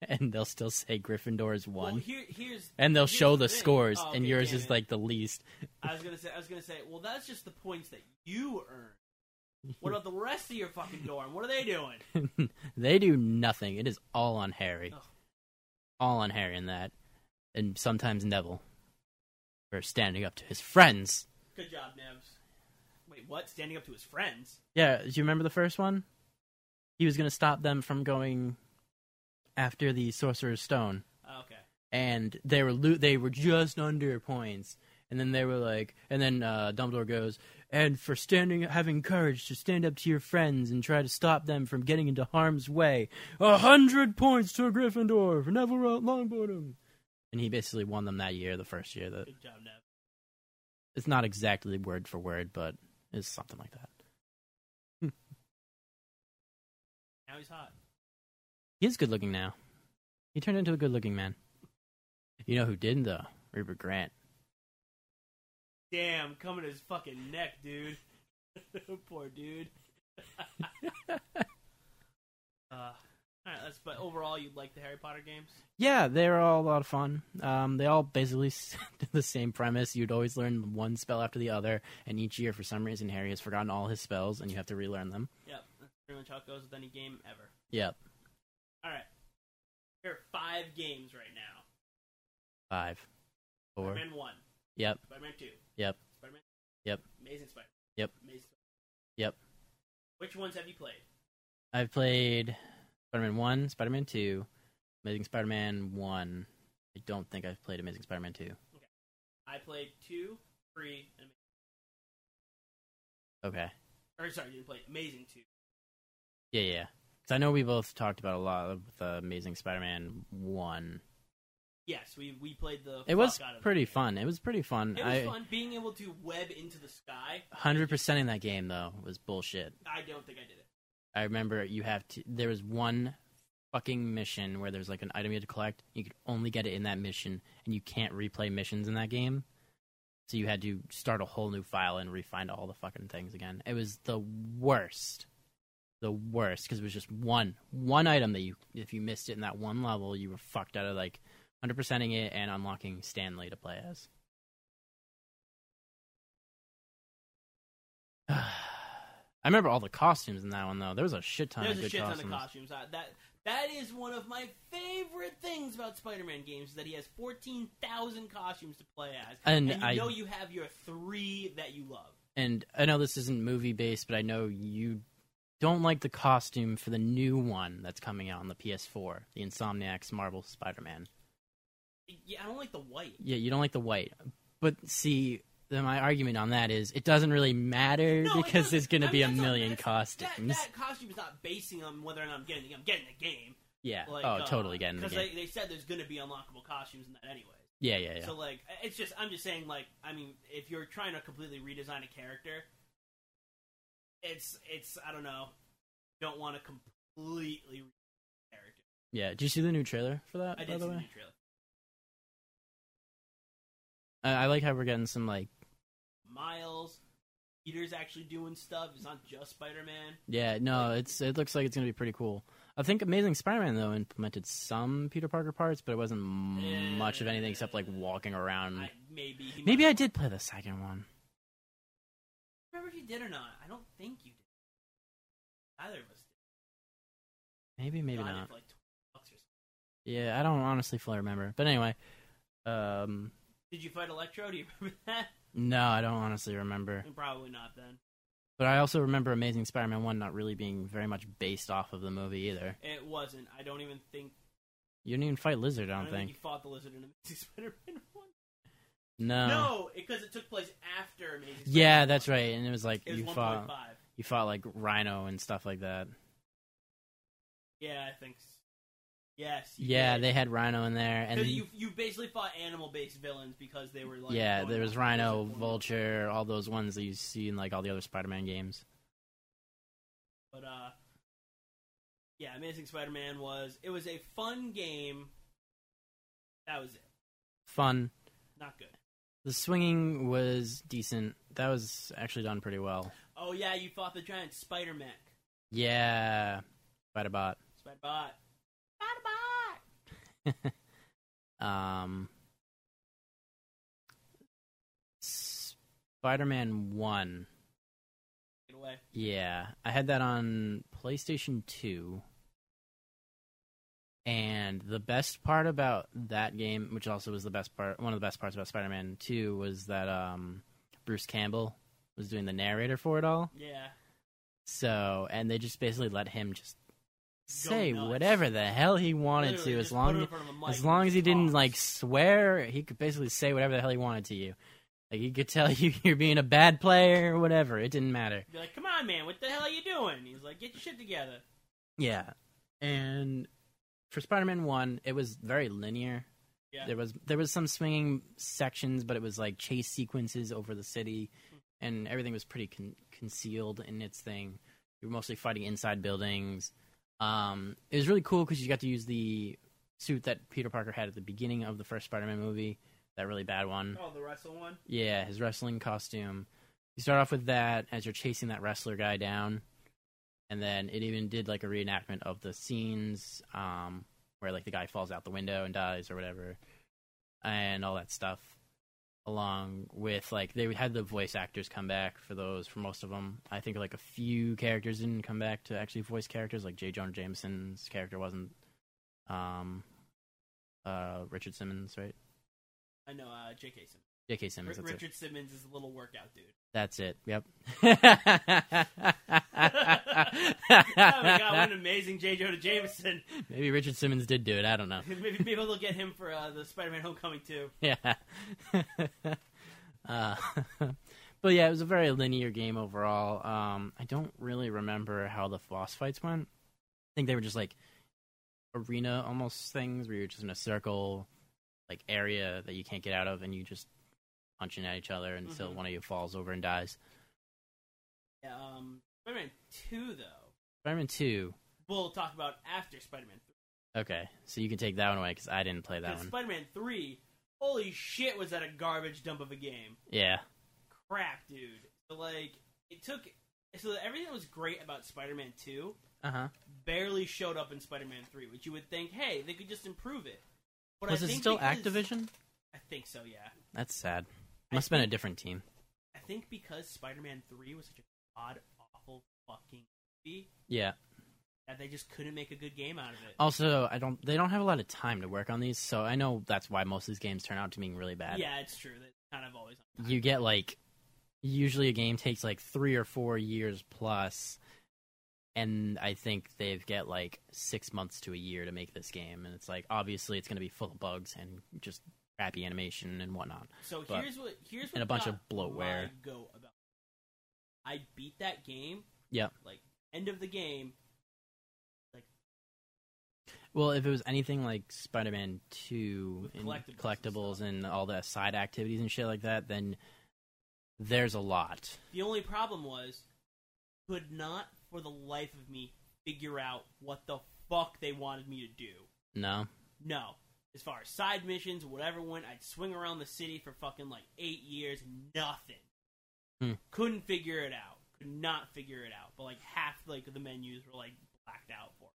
and they'll still say Gryffindor is one.
Well, here, here's
and they'll
here's
show the
thing.
scores,
Oh,
and
okay,
yours
damn
is
it.
like the least.
I was gonna say, I was gonna say, well, that's just the points that you earn. What about the rest of your fucking dorm? What are they doing?
they do nothing. It is all on Harry.
Ugh.
All on Harry in that. And sometimes Neville. For standing up to his friends.
Good job, Nevs. Wait, what? Standing up to his friends?
Yeah, do you remember the first one? He was going to stop them from going after the Sorcerer's Stone.
Oh, okay.
And they were lo- they were just under points. And then they were like, and then uh, Dumbledore goes, and for standing, having courage to stand up to your friends and try to stop them from getting into harm's way, a hundred points to Gryffindor for Neville Ro- Longbottom. And he basically won them that year, the first year. That
Good job, Nev.
it's not exactly word for word, but it's something like that.
Now he's hot.
He is good looking now. He turned into a good looking man. You know who didn't though? Rupert Grant.
Damn, coming to his fucking neck, dude. Poor dude. uh, all right, that's. But overall, you like the Harry Potter games?
Yeah, they're all a lot of fun. Um, they all basically s- did the same premise. You'd always learn one spell after the other, and each year, for some reason, Harry has forgotten all his spells, and you have to relearn them.
Yep, that's pretty much how it goes with any game ever.
Yep,
All right, here are five games right now.
five, four.
Spider-Man one,
Yep,
Spider-Man two,
yep.
Spider-Man.
Yep.
Amazing Spider-Man.
Yep.
Amazing. Spider-Man.
Yep.
Which ones have you played?
I've played Spider-Man One, Spider-Man Two, Amazing Spider-Man One. I don't think I've played Amazing Spider-Man Two.
I played two, three, and
Okay,
or sorry, you didn't play Amazing two.
yeah, yeah. Because I know we both talked about a lot of the Amazing Spider-Man One.
Yes, we we played the.
It was
fuck out of that
pretty
game.
fun. It was pretty fun.
It was
I
fun being able to web into the sky.
hundred percent in that game though was bullshit.
I don't think I did it.
I remember you have to. There was one fucking mission where there's like an item you had to collect. You could only get it in that mission, and you can't replay missions in that game. So you had to start a whole new file and refind all the fucking things again. It was the worst, the worst because it was just one one item that you if you missed it in that one level, you were fucked out of like hundred percenting it and unlocking Stanley to play as. I remember all the costumes in that one though. There was a shit ton
There's
of
a
good
shit
costumes.
ton of costumes. I, that that is one of my favorite things about Spider-Man games is that he has fourteen thousand costumes to play as,
And
you
I-
know you have your three that you love.
and I know this isn't movie based, but I know you don't like the costume for the new one that's coming out on the PS4, the Insomniac's Marvel Spider-Man.
Yeah, I don't like the white.
Yeah, you don't like the white, but see, then my argument on that is it doesn't really matter
No, it
because there's
doesn't.
going to
I
be
mean,
a
that's not-
million
that's-
costumes.
That, that costume is not basing on whether or not I'm getting. the- I'm getting the game.
yeah.
Like,
oh,
uh,
totally getting the game.
they, they said there's going to be unlockable costumes in that anyway.
yeah, yeah, yeah.
So like, it's just I'm just saying like I mean, if you're trying to completely redesign a character, it's it's I don't know, don't want to completely redesign a character.
yeah. Did you see the new trailer for that?
I
by
did see
the
the
way,
new trailer.
I, I like how we're getting some like
Miles, Peter's actually doing stuff. It's not just Spider Man.
Yeah, no,
Like-
it's it looks like it's gonna be pretty cool. I think Amazing Spider-Man though implemented some Peter Parker parts, but it wasn't m- much of anything except like walking around.
I, maybe he
Maybe
might-
I did play the second one.
don't remember if you did or not. I don't think you did. Either of us did.
Maybe, maybe
Got it
not.
for, like, 20 bucks or something.
Yeah, I don't honestly fully remember. But anyway, um,
Did you fight Electro? Do you remember that?
no, I don't honestly remember.
Probably not. Then
But I also remember Amazing Spider-Man one not really being very much based off of the movie either.
it wasn't. I don't even think.
You didn't even fight Lizard, I
I
don't,
don't
think.
you fought the lizard in Amazing Spider-Man one.
No.
No, because it took place after Amazing.
Yeah,
Spider-Man
Uh. that's
one.
right. And it was like
It was
you
one point
fought.
five.
you fought like Rhino and stuff like that.
Yeah, I think. s- Yes. you
Yeah,
did.
they had Rhino in there, and
'Cause
then-
you you basically fought animal based villains because they were like
yeah,
going
there was
after
Rhino,
different ones.
Vulture, all those ones that you see in like all the other Spider-Man games.
But uh, yeah, Amazing Spider Man was it was a fun game. That was it.
Fun.
Not good.
The swinging was decent. That was actually done pretty well.
Oh yeah, you fought the giant Spider Mech.
Yeah, Spider-Bot.
Spider Bot. Spider Bot.
Um, Spider-Man One.
Get away.
Yeah, I had that on PlayStation 2. And the best part about that game, which also was the best part, one of the best parts about Spider-Man 2 was that um Bruce Campbell was doing the narrator for it all.
Yeah.
So, and they just basically let him just say
nuts.
whatever the hell he wanted
Literally,
to as
just put him
long
in front of a mic
as
and
long as
just
he didn't
talk.
like swear, he could basically say whatever the hell he wanted to you. Like he could tell you you're being a bad player or whatever. It didn't matter.
Be like, come on, man, what the hell are you doing? He's like, get your shit together.
Yeah. And for Spider-Man 1, it was very linear.
Yeah.
There was there was some swinging sections, but it was like chase sequences over the city and everything was pretty con- concealed in its thing. You were mostly fighting inside buildings. Um it was really cool cuz you got to use the suit that Peter Parker had at the beginning of the first Spider-Man movie, that really bad one.
Oh, the wrestle one.
Yeah, his wrestling costume. You start off with that as you're chasing that wrestler guy down, and then it even did like a reenactment of the scenes um, where like the guy falls out the window and dies or whatever, and all that stuff. Along with like they had the voice actors come back for those for most of them. I think like a few characters didn't come back to actually voice characters. Like J. Jonah Jameson's character wasn't. Um, uh, Richard Simmons, right?
I know, uh, J.K. Simmons.
J.K. Simmons.
R-
that's it.
Richard Simmons is a little workout dude.
That's it. Yep.
oh my god, what an amazing J. Jonah Jameson.
Maybe Richard Simmons did do it. I don't know.
maybe, maybe they'll get him for uh, the Spider-Man Homecoming too.
Yeah. uh, but yeah, it was a very linear game overall. Um, I don't really remember how the boss fights went. I think they were just like arena almost things where you're just in a circle, like area that you can't get out of, and you just punching at each other until
Mhm.
one of you falls over and dies.
Yeah, um, Spider-Man 2, though,
Spider-Man Two.
we'll talk about after Spider-Man
Okay, so you can take that one away because I didn't play
3.
that
Because
one.
Spider-Man 3, holy shit, was that a garbage dump of a game.
Yeah.
Crap, dude. So, like, it took... So everything that was great about Spider-Man 2
Uh huh.
barely showed up in Spider-Man 3, which you would think, hey, they could just improve it. But
Was
I
it
think
still
because-
Activision?
I think so, yeah.
That's sad.
I
Must have been a different team.
I think because Spider-Man 3 was such a god awful fucking movie
Yeah.
that they just couldn't make a good game out of
Oh,
it.
Also, I don't. They don't have a lot of time to work on these, so I know that's why most of these games turn out to being really bad.
Yeah, it's true. That's kind of always.
You get like, usually a game takes like three or four years plus, and I think they've get like six months to a year to make this game, and it's like obviously it's going to be full of bugs and just crappy animation and whatnot.
So
But-
here's what here's what
and a bunch
got
of bloatware.
my Go about. I beat that game.
Yep.
Like end of the game.
Well, if it was anything like Spider-Man Two
With
and
collectibles and
collectibles and all the side activities and shit like that, then there's a lot.
The only problem was could not for the life of me figure out what the fuck they wanted me to do.
No,
No. As far as side missions, whatever went, I'd swing around the city for fucking like eight years, nothing.
Hmm.
Couldn't figure it out. Could not figure it out. But like half like of the menus were like blacked out for.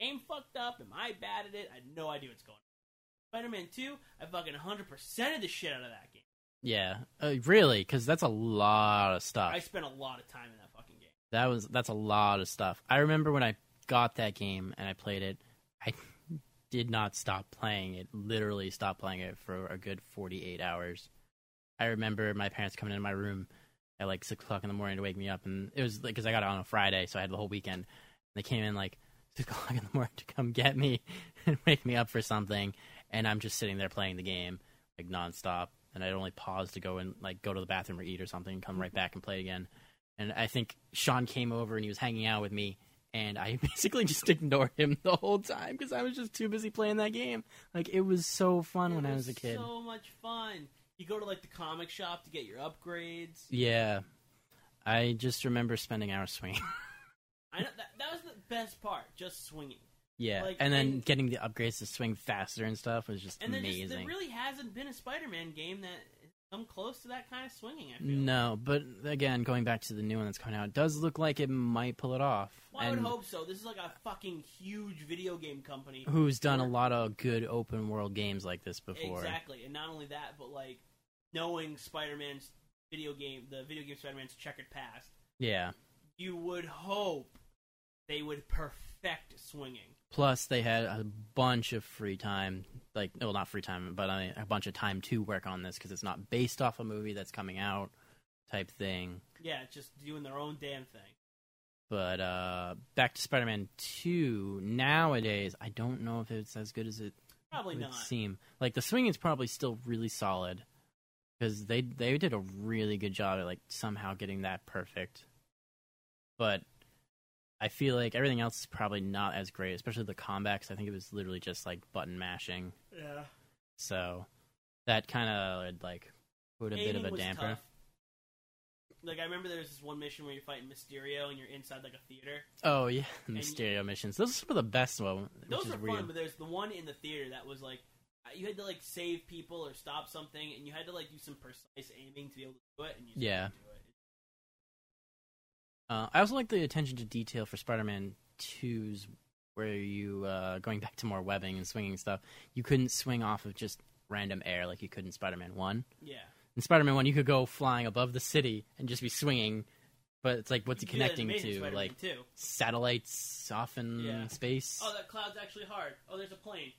it. Game fucked up. Am I bad at it? I had no idea what's going on. Spider Man Two, I fucking hundred percent of the shit out of that game.
yeah, uh, really, because that's a lot of
I
stuff.
spent a lot of time in that fucking game.
That was that's a lot of stuff. I remember when I got that game and I played it. I did not stop playing it. Literally stopped playing it for a good forty-eight hours. I remember my parents coming into my room at like six o'clock in the morning to wake me up, and it was because I got it on a Friday, so I had the whole weekend. And they came in like six o'clock in the morning to come get me and wake me up for something, and I'm just sitting there playing the game like nonstop, and I'd only pause to go and like go to the bathroom or eat or something, and come right back and play again. and I think Sean came over and he was hanging out with me, and I basically just ignored him the whole time because I was just too busy playing that game. Like it was so fun
It
when I was a kid.
So much fun. You go to like the comic shop to get your upgrades.
Yeah, I just remember spending hours swinging.
I know that, that was the best part, just swinging.
yeah,
Like,
and then
and-
getting the upgrades to swing faster and stuff was just
And there
amazing.
just there really hasn't been a Spider-Man game that has come close to that kind of swinging. I feel.
No, but again, going back to the new one that's coming out, it does look like it might pull it off.
Well, I would
And
hope so. This is like a fucking huge video game company.
who's done a lot of good open world games like this before?
Exactly, and not only that, but like knowing Spider-Man's video game, the video game Spider-Man's checkered past,
Yeah.
you would hope they would perfect swinging.
Plus, they had a bunch of free time, like well, not free time, but I- a bunch of time to work on this because it's not based off a movie that's coming out, type thing.
Yeah, it's just doing their own damn thing.
But uh, back to Spider-Man Two. Nowadays, I don't know if it's as good as it
Probably
would
not.
seem. Like the swing is probably still really solid because they they did a really good job at like somehow getting that perfect. But I feel like everything else is probably not as great, especially the combat. 'cause I think it was literally just like button mashing,
Yeah,
so that kind of like put a bit of a damper.
Like I remember there was this one mission where you're fighting Mysterio and you're inside like a theater.
Oh yeah, Mysterio missions. Those are some of the best ones.
Those
which
were
is weird.
fun, but there's the one in the theater that was like you had to like save people or stop something, and you had to like do some precise aiming to be able to do it. And you just
Yeah.
couldn't do it.
Uh, I also like the attention to detail for Spider-Man 2's, where you uh, going back to more webbing and swinging stuff. You couldn't swing off of just random air like you could in Spider-Man One.
Yeah,
In Spider-Man One, you could go flying above the city and just be swinging, but it's like what's
You
it
can do that in
connecting
Amazing
to?
Spider-Man
Like
too.
satellites off in
Yeah.
space.
Oh, that cloud's actually hard. Oh, there's a plane.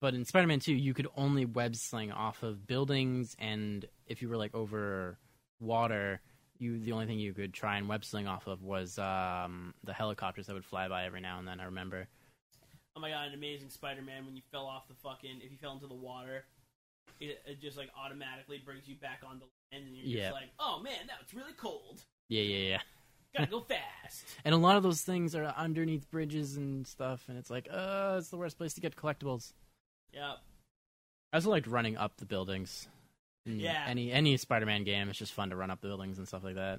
But in Spider-Man 2, you could only web sling off of buildings, and if you were like over water, you the only thing you could try and web sling off of was um, the helicopters that would fly by every now and then. I remember.
Oh my god, an amazing Spider-Man when you fell off the fucking if you fell into the water, it, it just like automatically brings you back onto land, and you're
Yeah.
just like, oh man, that was really cold.
Yeah, yeah, yeah.
Gotta go fast.
And a lot of those things are underneath bridges and stuff, and it's like, uh, it's the worst place to get collectibles.
Yep.
I also liked running up the buildings. In
Yeah.
Any any Spider-Man game, it's just fun to run up buildings and stuff like that.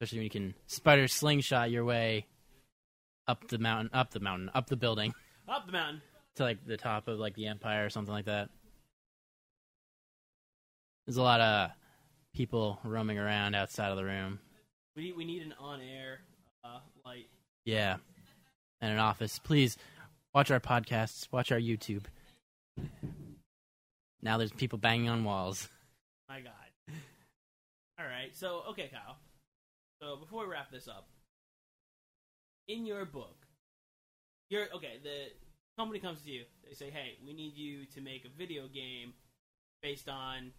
Especially when you can spider slingshot your way up the mountain, up the mountain, up the building.
Up the mountain.
to like the top of like the empire or something like that. There's a lot of people roaming around outside of the room.
We need we need an on air uh, light.
Yeah. And an office. Please watch our podcasts, watch our YouTube. Now there's people banging on walls.
My God. All right. So okay, Kyle. So before we wrap this up, in your book, you're okay. The company comes to you. They say, "Hey, we need you to make a video game based on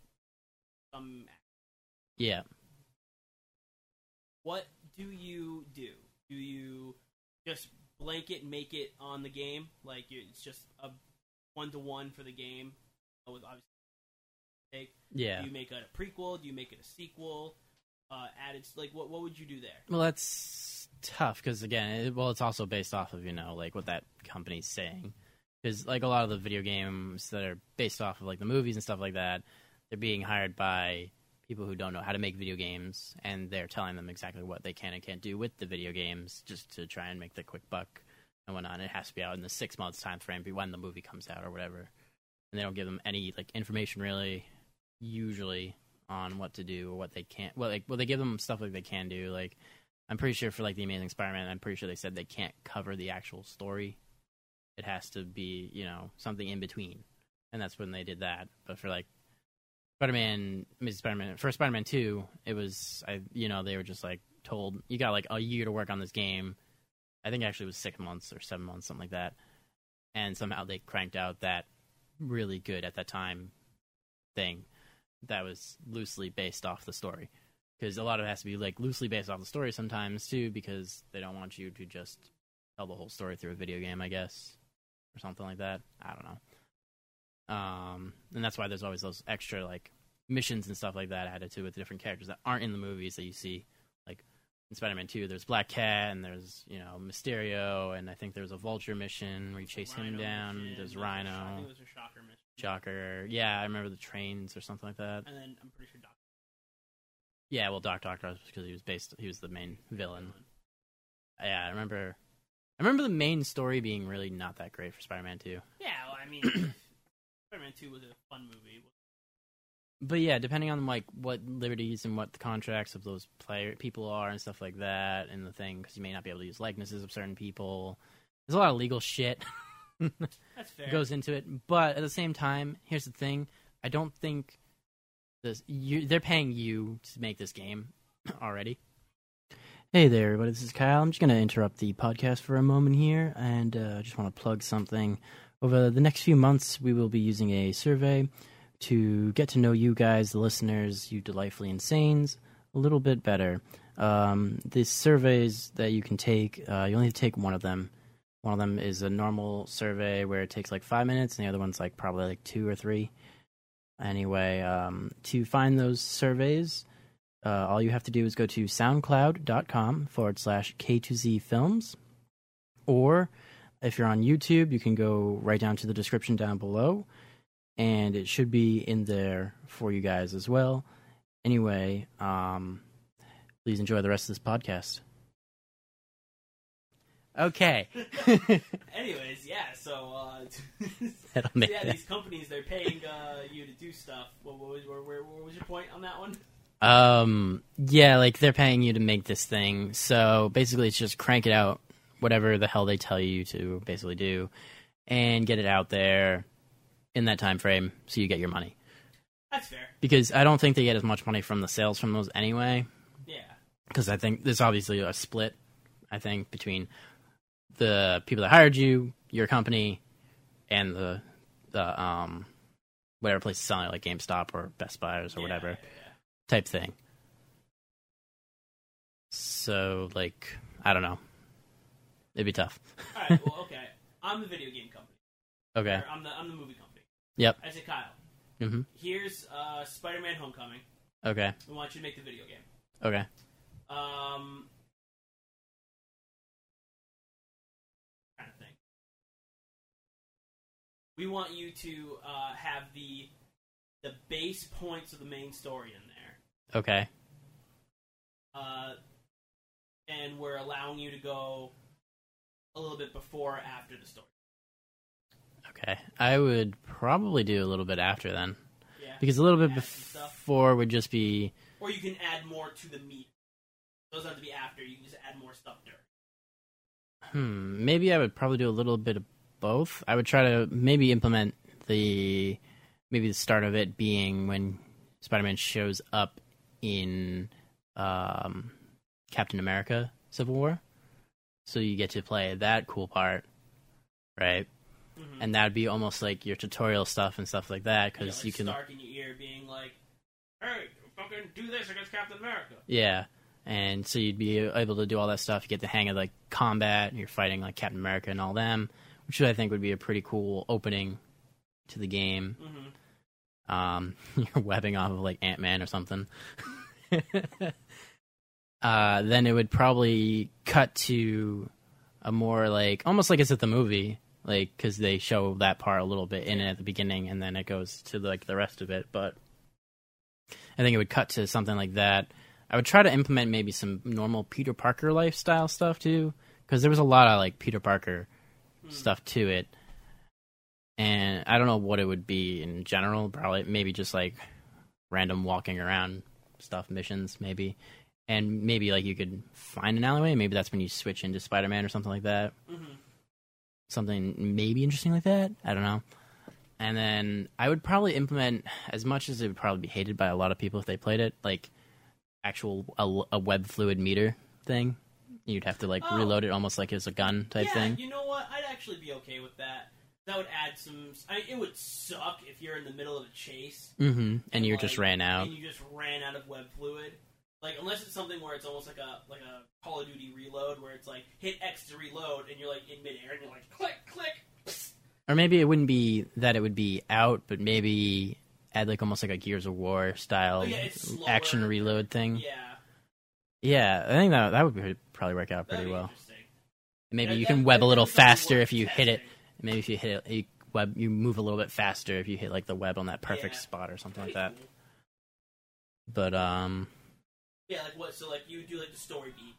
some."
Yeah.
What do you do? Do you just blanket make it on the game, like you, it's just a one to one for the game? uh, With obviously, take
Yeah.
Do you make it a prequel? Do you make it a sequel? Uh, added, like, what what would you do there?
Well, that's tough because again, it, well, it's also based off of you know like what that company's saying because like a lot of the video games that are based off of like the movies and stuff like that, they're being hired by people who don't know how to make video games and they're telling them exactly what they can and can't do with the video games just to try and make the quick buck and whatnot. It has to be out in the six months time frame be- when the movie comes out or whatever, and they don't give them any like information really usually on what to do or what they can't. Well, like well, they give them stuff like they can do like I'm pretty sure for like the Amazing Spider-Man, I'm pretty sure they said they can't cover the actual story. It has to be you know something in between, and that's when they did that. But for like Spider-Man, Amazing Spider-Man, for Spider-Man Two, it was I you know they were just like told you got like a year to work on this game. I think actually it was six months or seven months, something like that. And somehow they cranked out that really good at that time thing that was loosely based off the story because a lot of it has to be like loosely based off the story sometimes too because they don't want you to just tell the whole story through a video game i guess or something like that i don't know um and that's why there's always those extra like missions and stuff like that added to it the different characters that aren't in the movies that you see in Spider-Man 2, there's Black Cat and there's you know Mysterio, and I think there's a Vulture mission where you chase him
Rhino
down.
mission,
There's
those are
Rhino,
shock- I think those are shocker missions.
Shocker. Yeah, I remember the trains or something like that.
And then I'm pretty sure Doctor.
Yeah, well, Doc Doctor was because he was based. He was the main villain. Yeah, I remember. I remember the main story being really not that great for Spider-Man 2.
Yeah, well, I mean, Spider Man 2 was a fun movie.
But yeah, depending on like what liberties and what the contracts of those player people are and stuff like that, and the thing because you may not be able to use likenesses of certain people. There's a lot of legal shit
That's fair.
goes into it. But at the same time, here's the thing: I don't think this. You, they're paying you to make this game already. Hey there, everybody. This is Kyle. I'm just going to interrupt the podcast for a moment here, and uh, just want to plug something. Over the next few months, we will be using a survey to get to know you guys, the listeners, you delightfully insanes, a little bit better. Um, these surveys that you can take, uh, you only have to take one of them. One of them is a normal survey where it takes like five minutes, and the other one's like probably like two or three. Anyway, um, to find those surveys, uh, all you have to do is go to soundcloud.com forward slash K2Z films. Or if you're on YouTube, you can go right down to the description down below, and it should be in there for you guys as well. Anyway, um, please enjoy the rest of this podcast. Okay.
Anyways, yeah, so. Uh,
That'll make
yeah,
it.
these companies, they're paying uh, you to do stuff. What, what, was, where, where, what was your point on that one?
Um, yeah, like they're paying you to make this thing. So basically, it's just crank it out, whatever the hell they tell you to basically do, and get it out there in that time frame so you get your money.
That's fair.
Because I don't think they get as much money from the sales from those anyway.
Yeah.
Because I think there's obviously a split, I think, between the people that hired you, your company, and the, the, um, whatever place is selling it, like GameStop or Best Buyers or
yeah,
whatever
yeah, yeah.
type thing. So, like, I don't know. It'd be tough.
All right. Well, okay. I'm the video game company.
Okay.
Or I'm the I'm the movie company.
Yep.
I said, Kyle,
hmm
here's uh, Spider-Man: Homecoming.
Okay.
We want you to make the video game.
Okay.
Um, kind of thing. We want you to uh, have the the base points of the main story in there,
Okay.
uh, and we're allowing you to go a little bit before or after the story.
Okay. I would probably do a little bit after then.
Yeah.
Because a little bit
Yeah, some stuff.
before would just be.
Or you can add more to the meat. It doesn't have to be after. You can just add more stuff there.
Hmm. Maybe I would probably do a little bit of both. I would try to maybe implement the. Maybe the start of it being when Spider Man shows up in um, Captain America Civil War. So you get to play that cool part, right?
Mhm.
And that would be almost like your tutorial stuff and stuff like that
You know,
because
like
you can.
Stark in your ear being like, "Hey, fucking do this against Captain America."
Yeah. And so you'd be able to do all that stuff. You get the hang of like combat, and you're fighting like Captain America and all them, which I think would be a pretty cool opening to the game.
hmm
Um, you're webbing off of like Ant Man or something. uh, then it would probably cut to a more like almost like it's at the movie, like because they show that part a little bit in it at the beginning, and then it goes to like the rest of it. But I think it would cut to something like that. I would try to implement maybe some normal Peter Parker lifestyle stuff too, because there was a lot of like Peter Parker stuff to it. And I don't know what it would be in general. Probably maybe just like random walking around stuff, missions maybe, and maybe like you could find an alleyway. Maybe that's when you switch into Spider Man or something like that.
hmm
Something maybe interesting like that. I don't know. And then I would probably implement as much as it would probably be hated by a lot of people if they played it, like actual a, a web fluid meter thing. You'd have to like
Oh.
reload it almost like it was a gun type
yeah,
thing.
you know what? I'd actually be okay with that. That would add some. I mean, it would suck if you're in the middle of a chase
hmm And you just
Like,
ran out.
and you just ran out of web fluid. Like unless it's something where it's almost like a like a Call of Duty reload, where it's like hit X to reload, and you're like in midair, and you're like click click. psst.
Or maybe it wouldn't be that it would be out, but maybe add like almost like a Gears of War style
Oh, yeah, it's slower.
Hmm. action reload thing.
Yeah.
Yeah, I think that that would be, probably work out
That'd
pretty
be
well.
interesting.
Maybe
Yeah,
you
that-
can web a
that-
little
that's something
faster
worth
if you hit it.
testing.
Maybe if you hit it, you web you move a little bit faster if you hit like the web on that perfect
Yeah.
spot or something like that.
That'd be cool.
But um,
Yeah, like what? So like you would do like the story beat.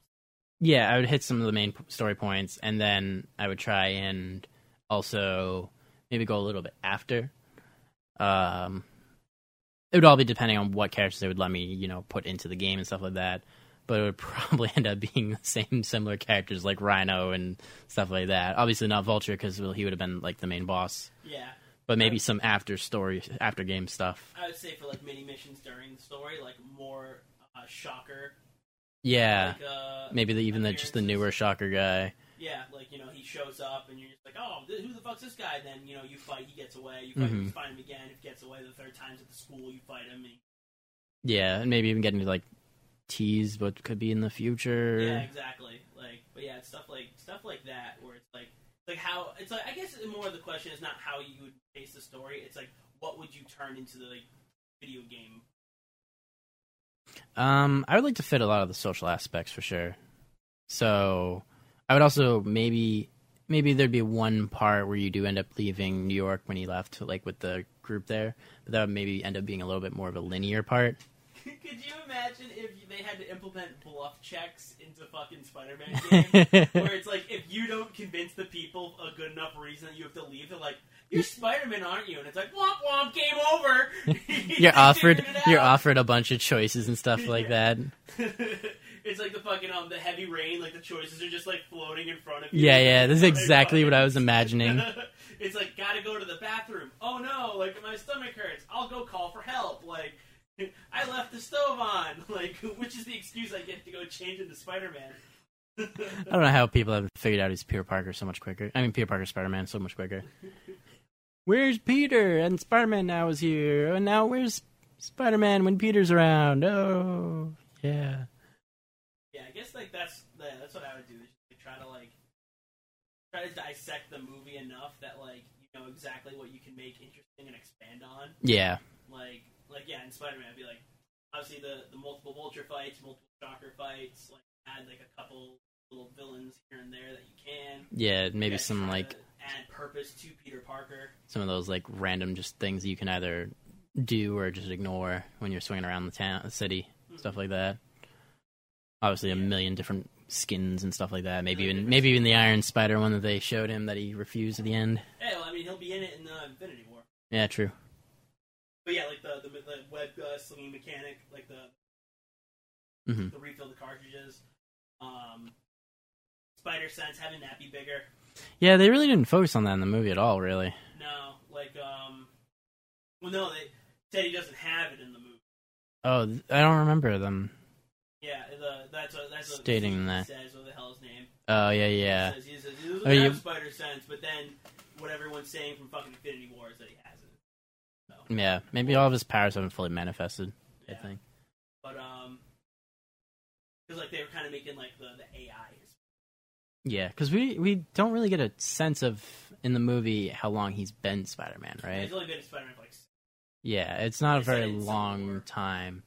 yeah, I would hit some of the main p- story points, and then I would try and also maybe go a little bit after. Um, it would all be depending on what characters they would let me, you know, put into the game and stuff like that. But it would probably end up being the same similar characters like Rhino and stuff like that. Obviously not Vulture because well, he would have been like the main boss,
Yeah,
but maybe some after story, after game stuff.
I would say for like mini missions during the story, like more uh, shocker.
Yeah,
Like, uh,
maybe the, even the just the newer Shocker guy.
Yeah, like you know, he shows up and you're just like, oh, th- who the fuck's this guy? Then you know, you fight, he gets away. You fight,
Mhm.
you find him again. If he gets away the third time's at the school, you fight him. And he,
Yeah, and maybe even getting to like tease what could be in the future.
yeah, exactly. Like, but yeah, it's stuff like stuff like that where it's like, like how it's like. I guess more of the question is not how you would face the story. It's like, what would you turn into the like video game?
Um, I would like to fit a lot of the social aspects for sure. So, I would also maybe maybe there'd be one part where you do end up leaving New York when he left, like with the group there. But that would maybe end up being a little bit more of a linear part.
Could you imagine if they had to implement bluff checks into fucking Spider-Man games? where it's like if you don't convince the people a good enough reason that you have to leave, they're like, "You're Spider Man, aren't you?" And it's like, "Womp womp, game over." They
you're offered
figured it
you're
out.
offered a bunch of choices and stuff like that.
it's like the fucking um the heavy rain, like the choices are just like floating in front of you.
Yeah, yeah, this is
Like,
exactly what I was
fucking-
imagining.
it's like gotta go to the bathroom. Oh no, like my stomach hurts. I'll go call for help. Like. I left the stove on, like, which is the excuse I get to go change into Spider Man.
I don't know how people haven't figured out he's Peter Parker so much quicker. I mean, Peter Parker, Spider Man, so much quicker. Where's Peter? And Spider Man now is here. And now where's Spider Man when Peter's around? Oh, yeah.
Yeah, I guess like that's yeah, that's what I would do. Is just, like, try to like try to dissect the movie enough that like you know exactly what you can make interesting and expand on.
Yeah.
Like like yeah, in Spider Man, I'd be like obviously the the multiple Vulture fights, multiple Shocker fights. Like add like a couple little villains here and there that you can.
Yeah. Maybe
Yeah,
some,
try
like,
to add purpose to Peter Parker.
some of those, like, random just things you can either do or just ignore when you're swinging around the town, the city,
Hmm.
stuff like that. Obviously, a
Yeah.
million different skins and stuff like that. Maybe
Million
even,
different
maybe even the Iron Spider one that they showed him that he refused at the end.
Hey, well, I mean he'll be in it in uh, Infinity War.
Yeah, true.
But yeah, like the the, the web uh, slinging mechanic, like the
Mhm.
the refill the cartridges, um, spider sense having that be bigger.
Yeah, they really didn't focus on that in the movie at all, really.
No, like um, well, no, they said he doesn't have it in the movie.
Oh, th- I don't remember them.
Yeah, the that's what that's what
Stating
he
that.
says what the hell his name
Oh, yeah, yeah.
says he says he doesn't
Oh,
have
you-
spider sense, but then what everyone's saying from fucking Infinity War is that he has it.
Yeah, maybe all of his powers haven't fully manifested, I
Yeah.
think.
But um, because like they were kind of making like the the AI. is-
Yeah, because we, we don't really get a sense of, in the movie, how long he's been Spider Man, right?
He's only been in Spider Man for like
Yeah, it's not a
They said
very
it's Civil War.
long time.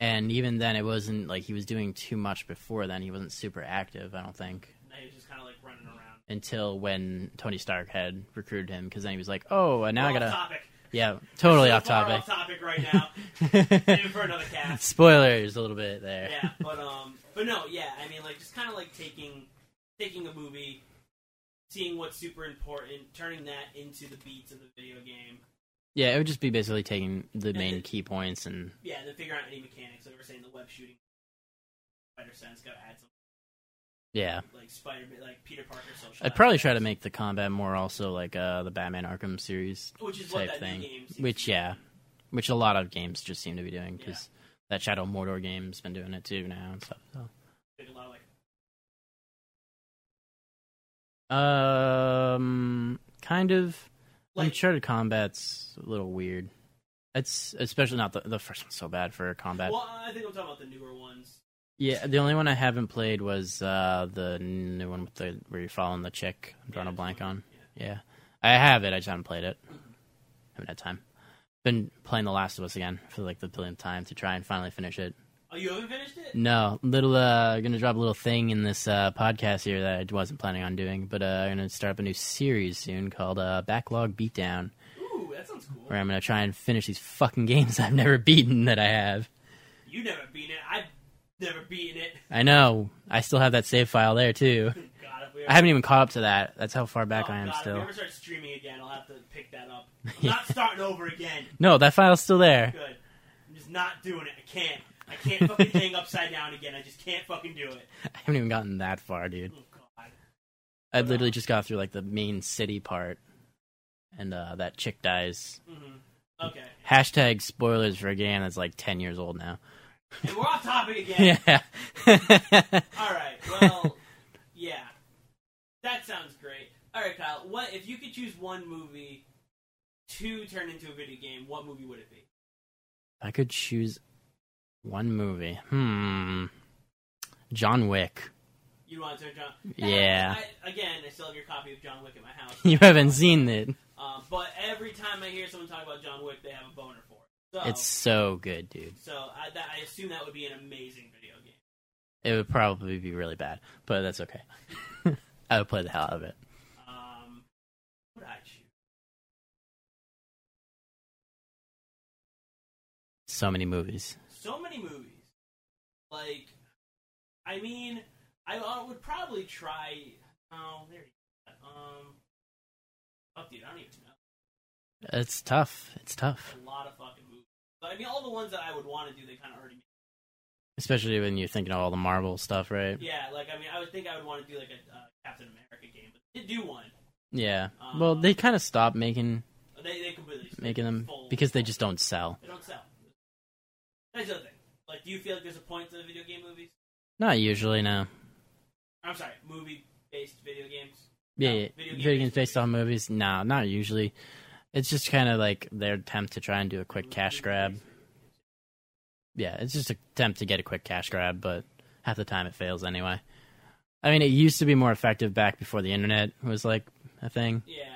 And even then, it wasn't like he was doing too much before then. He wasn't super active, I don't think.
now he's just kind of like running around.
Until when Tony Stark had recruited him, because then he was like, "Oh, and now I
We're off
gotta."
topic.
Yeah, totally
So
off
far
topic.
Off topic right now. Save it for another cast.
Spoilers a little bit there.
Yeah, but um, but no, yeah. I mean, like just kind of like taking taking a movie, seeing what's super important, turning that into the beats of the video game.
Yeah, it would just be basically taking the
And
main
the-
key points and
Yeah, and then figure out any mechanics. Like we we're saying, the web shooting. Spider Sense got to add some
yeah.
like Spider like Peter Parker social.
I'd probably
aspects,
try to make the combat more also like uh the Batman Arkham series,
which is what
type
that
thing,
new game seems
which
to be.
yeah, which a lot of games just seem to be doing because that Shadow of Mordor game's been doing it too now and stuff. So.
Like, a lot of, like
Um, kind of.
like
Uncharted combat's a little weird. It's especially not the the first one's so bad for combat.
well, I think I'm talking about the newer ones.
Yeah, the only one I haven't played was uh, the new one with the where you're following the chick. I'm drawing
Yeah,
a blank on.
yeah.
Yeah, I have it. I just haven't played it. haven't had time. Been playing The Last of Us again for like the billionth time to try and finally finish it.
Oh, you haven't finished it?
No, little uh, gonna drop a little thing in this uh, podcast here that I wasn't planning on doing, but uh, I'm gonna start up a new series soon called uh, Backlog Beatdown,
Ooh, that sounds cool.
where I'm gonna try and finish these fucking games I've never beaten that I have.
You never beat it. I've never beaten it.
I know I still have that save file there too.
God, if we ever,
I haven't even caught up to that. That's how far back
oh,
I am
God, If we
still.
ever start streaming again, I'll have to pick that up. I'm not starting over again.
No, that file's still there.
Good. I'm just not doing it. I can't. I can't fucking hang upside down again. I just can't fucking do it.
I haven't even gotten that far, dude.
Oh God.
I literally just got through like the main city part, and uh, that chick dies.
hmm Okay.
Hashtag spoilers for a game that's like ten years old now.
And we're off topic again.
Yeah.
All right. Well, yeah. That sounds great. All right, Kyle. What if you could choose one movie to turn into a video game? What movie would it be?
I could choose one movie. Hmm. John Wick.
You want to turn John?
Yeah.
I, again, I still have your copy of John Wick at my house.
You haven't seen it.
Uh, but every time I hear someone talk about John Wick, they have a boner for it. So,
It's so good, dude.
so I, that, I assume that would be an amazing video game.
It would probably be really bad, but that's okay. I would play the hell out of it.
Um, what would I choose?
So many movies.
so many movies. Like, I mean, I, I would probably try. Oh, there you go. Um, fuck, dude, I don't even know.
It's tough. It's tough.
A lot of fucking movies. But I mean, all the ones that I would want to do, they kind of already.
Especially when you're thinking of all the Marvel stuff, right?
Yeah, like I mean, I would think I would want to do like a uh, Captain America game, but they did do one.
Yeah. Well, they kind of stopped making
They they completely
making them
full-
because they just don't sell.
they don't sell. That's the other thing. Like, do you feel like there's a point to the video game movies?
Not usually, no.
I'm sorry, movie based video games.
Yeah,
No,
yeah.
video
Video,
game
games
based
based on movies? No, not usually. It's just kind of like their attempt to try and do a quick cash grab. Yeah, it's just an attempt to get a quick cash grab, but half the time it fails anyway. I mean, it used to be more effective back before the internet was like a thing
Yeah.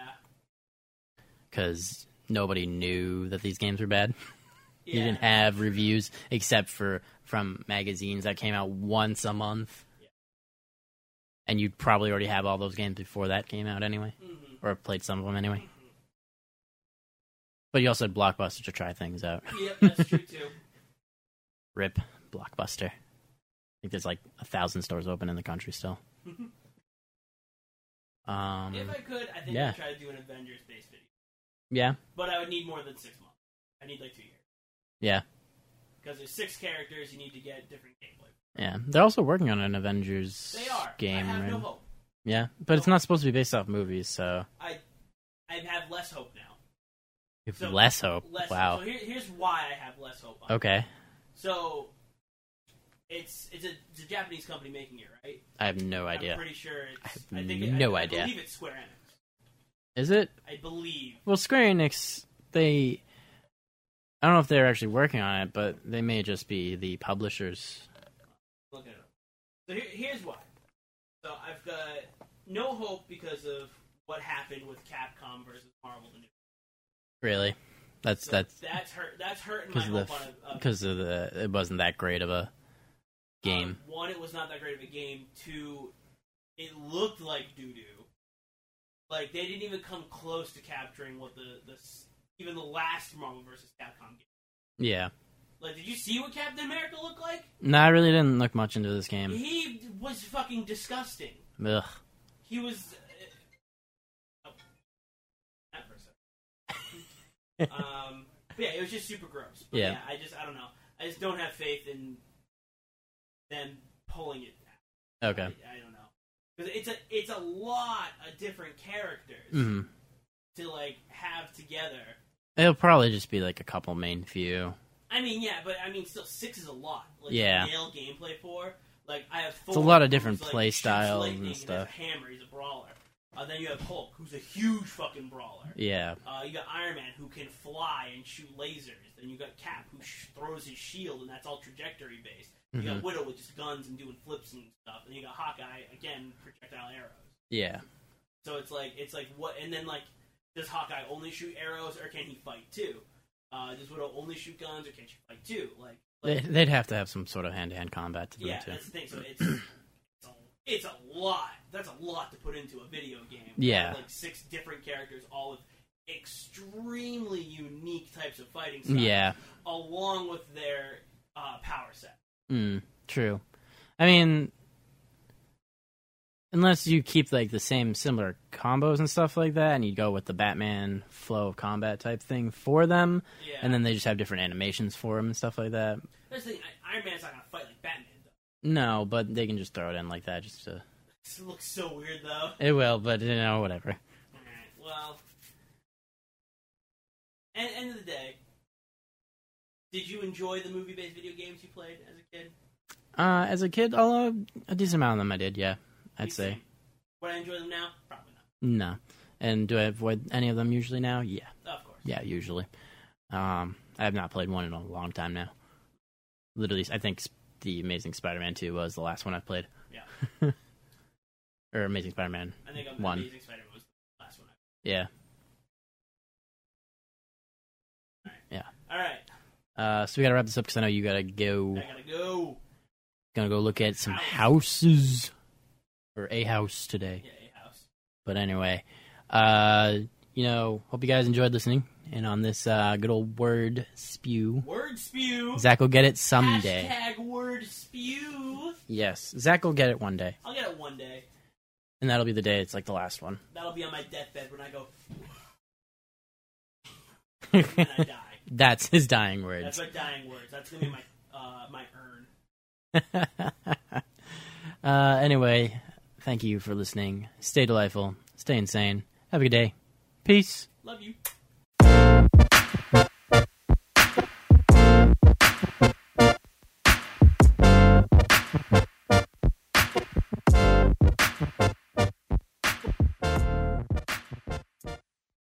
because nobody knew that these games were bad.
yeah.
You didn't have reviews except for from magazines that came out once a month.
Yeah.
And you'd probably already have all those games before that came out anyway
Mhm.
or played some of them anyway.
Mm-hmm.
But you also had Blockbuster to try things out.
Yep, that's true too.
Rip Blockbuster. I think there's like a thousand stores open in the country still. Um,
if I could, I think
yeah.
I'd try to do an Avengers based video.
yeah,
But I would need more than six months. I need like two years.
yeah,
Because there's six characters, you need to get different gameplay.
yeah. They're also working on an Avengers
They are.
game,
I have
right?
no hope.
yeah, but it's not supposed to be based off movies, so
I I have less hope now.
you have
So,
less hope.
Less
wow.
So here, here's why I have less hope. On it.
Okay,
So it's it's a, it's a Japanese company making it, right?
I have no
I'm
idea.
pretty sure it's.
I
I,
have
think it-
no
I,
idea.
I believe it's Square Enix.
Is it?
I believe.
Well, Square Enix, they. I don't know if they're actually working on it, but they may just be the publishers.
Look it up. So here, here's why. So I've got no hope because of what happened with Capcom versus Marvel. The new.
Really, that's
So
that's
that's hurt. That's hurting my
because
hope
of
on a, a
because of the it wasn't that great of a game.
Um, one, it was not that great of a game. Two, it looked like doo doo. Like they didn't even come close to capturing what the the s- even the last Marvel versus Capcom game.
Yeah,
Like, did you see what Captain America looked like?
no, I really didn't look much into this game.
He was fucking disgusting.
Ugh.
He was. Uh, oh, not for a second. um, but yeah, it was just super gross. But yeah.
Yeah.
I just I don't know. I just don't have faith in them pulling it.
Okay.
I, I don't know. 'Cause it's a it's a lot of different characters
hmm
to like have together.
It'll probably just be like a couple main few.
I mean, yeah, but I mean, still six is a lot. Like,
Yeah.
to nail gameplay for. Like I have. Thor,
a lot of
who's,
different
like,
play
shoots
styles
lightning
and
has
stuff.
a hammer. He's a brawler. Uh, then you have Hulk, who's a huge fucking brawler.
Yeah,
Uh, you got Iron Man who can fly and shoot lasers. Then you got Cap who sh- throws his shield, and that's all trajectory based. You got Widow with just guns and doing flips and stuff. And you got Hawkeye again, projectile arrows.
yeah.
So it's like it's like what, and then like does Hawkeye only shoot arrows or can he fight too? Uh, does Widow only shoot guns or can she fight too? Like
They, they'd have to have some sort of hand-to-hand combat to do
yeah,
it too.
that's the thing. So it's it's a, it's a lot. That's a lot to put into a video game.
Yeah.
like six different characters, all with extremely unique types of fighting styles,
Yeah,
along with their uh, power set.
mm, true. I mean, unless you keep like the same similar combos and stuff like that, and you go with the Batman flow of combat type thing for them,
Yeah,
and then they just have different animations for them and stuff like that.
that's the thing. I- Iron Man's not gonna fight like Batman. Though.
No, but they can just throw it in like that. Just to,
This looks so weird though.
it will, but you know, whatever.
Alright, well. And end of the day, did you enjoy the movie based video games you played as a kid?
Uh, as a kid, although a decent amount of them I did, yeah, I'd
You
say
think- Would I enjoy them now? Probably
no. And do I avoid any of them usually now? Yeah,
not. Of course.
yeah, usually. Um, I have not played one in a long time now. Literally, I think Sp- the Amazing Spider-Man Two was the last one I played.
Yeah.
Yeah. or Amazing Spider-Man.
I think I'm
One.
Amazing Spider Man was the last one.
Yeah.
Alright,
Uh, so we gotta wrap this up because I know you gotta go.
I gotta go.
Gonna go look at some
House.
houses or a house today.
Yeah, a house.
But anyway, uh, you know, hope you guys enjoyed listening. And on this uh, good old word spew,
Word spew.
Zach will get it someday.
Hashtag word spew.
Yes, Zach will get it one day,
I'll get it one day.
and that'll be the day. It's like the last one.
That'll be on my deathbed when I go and I die.
That's his dying words.
That's my dying words. That's gonna be my uh, my urn.
uh, anyway, thank you for listening. Stay delightful. Stay insane. Have a good day. Peace.
Love you.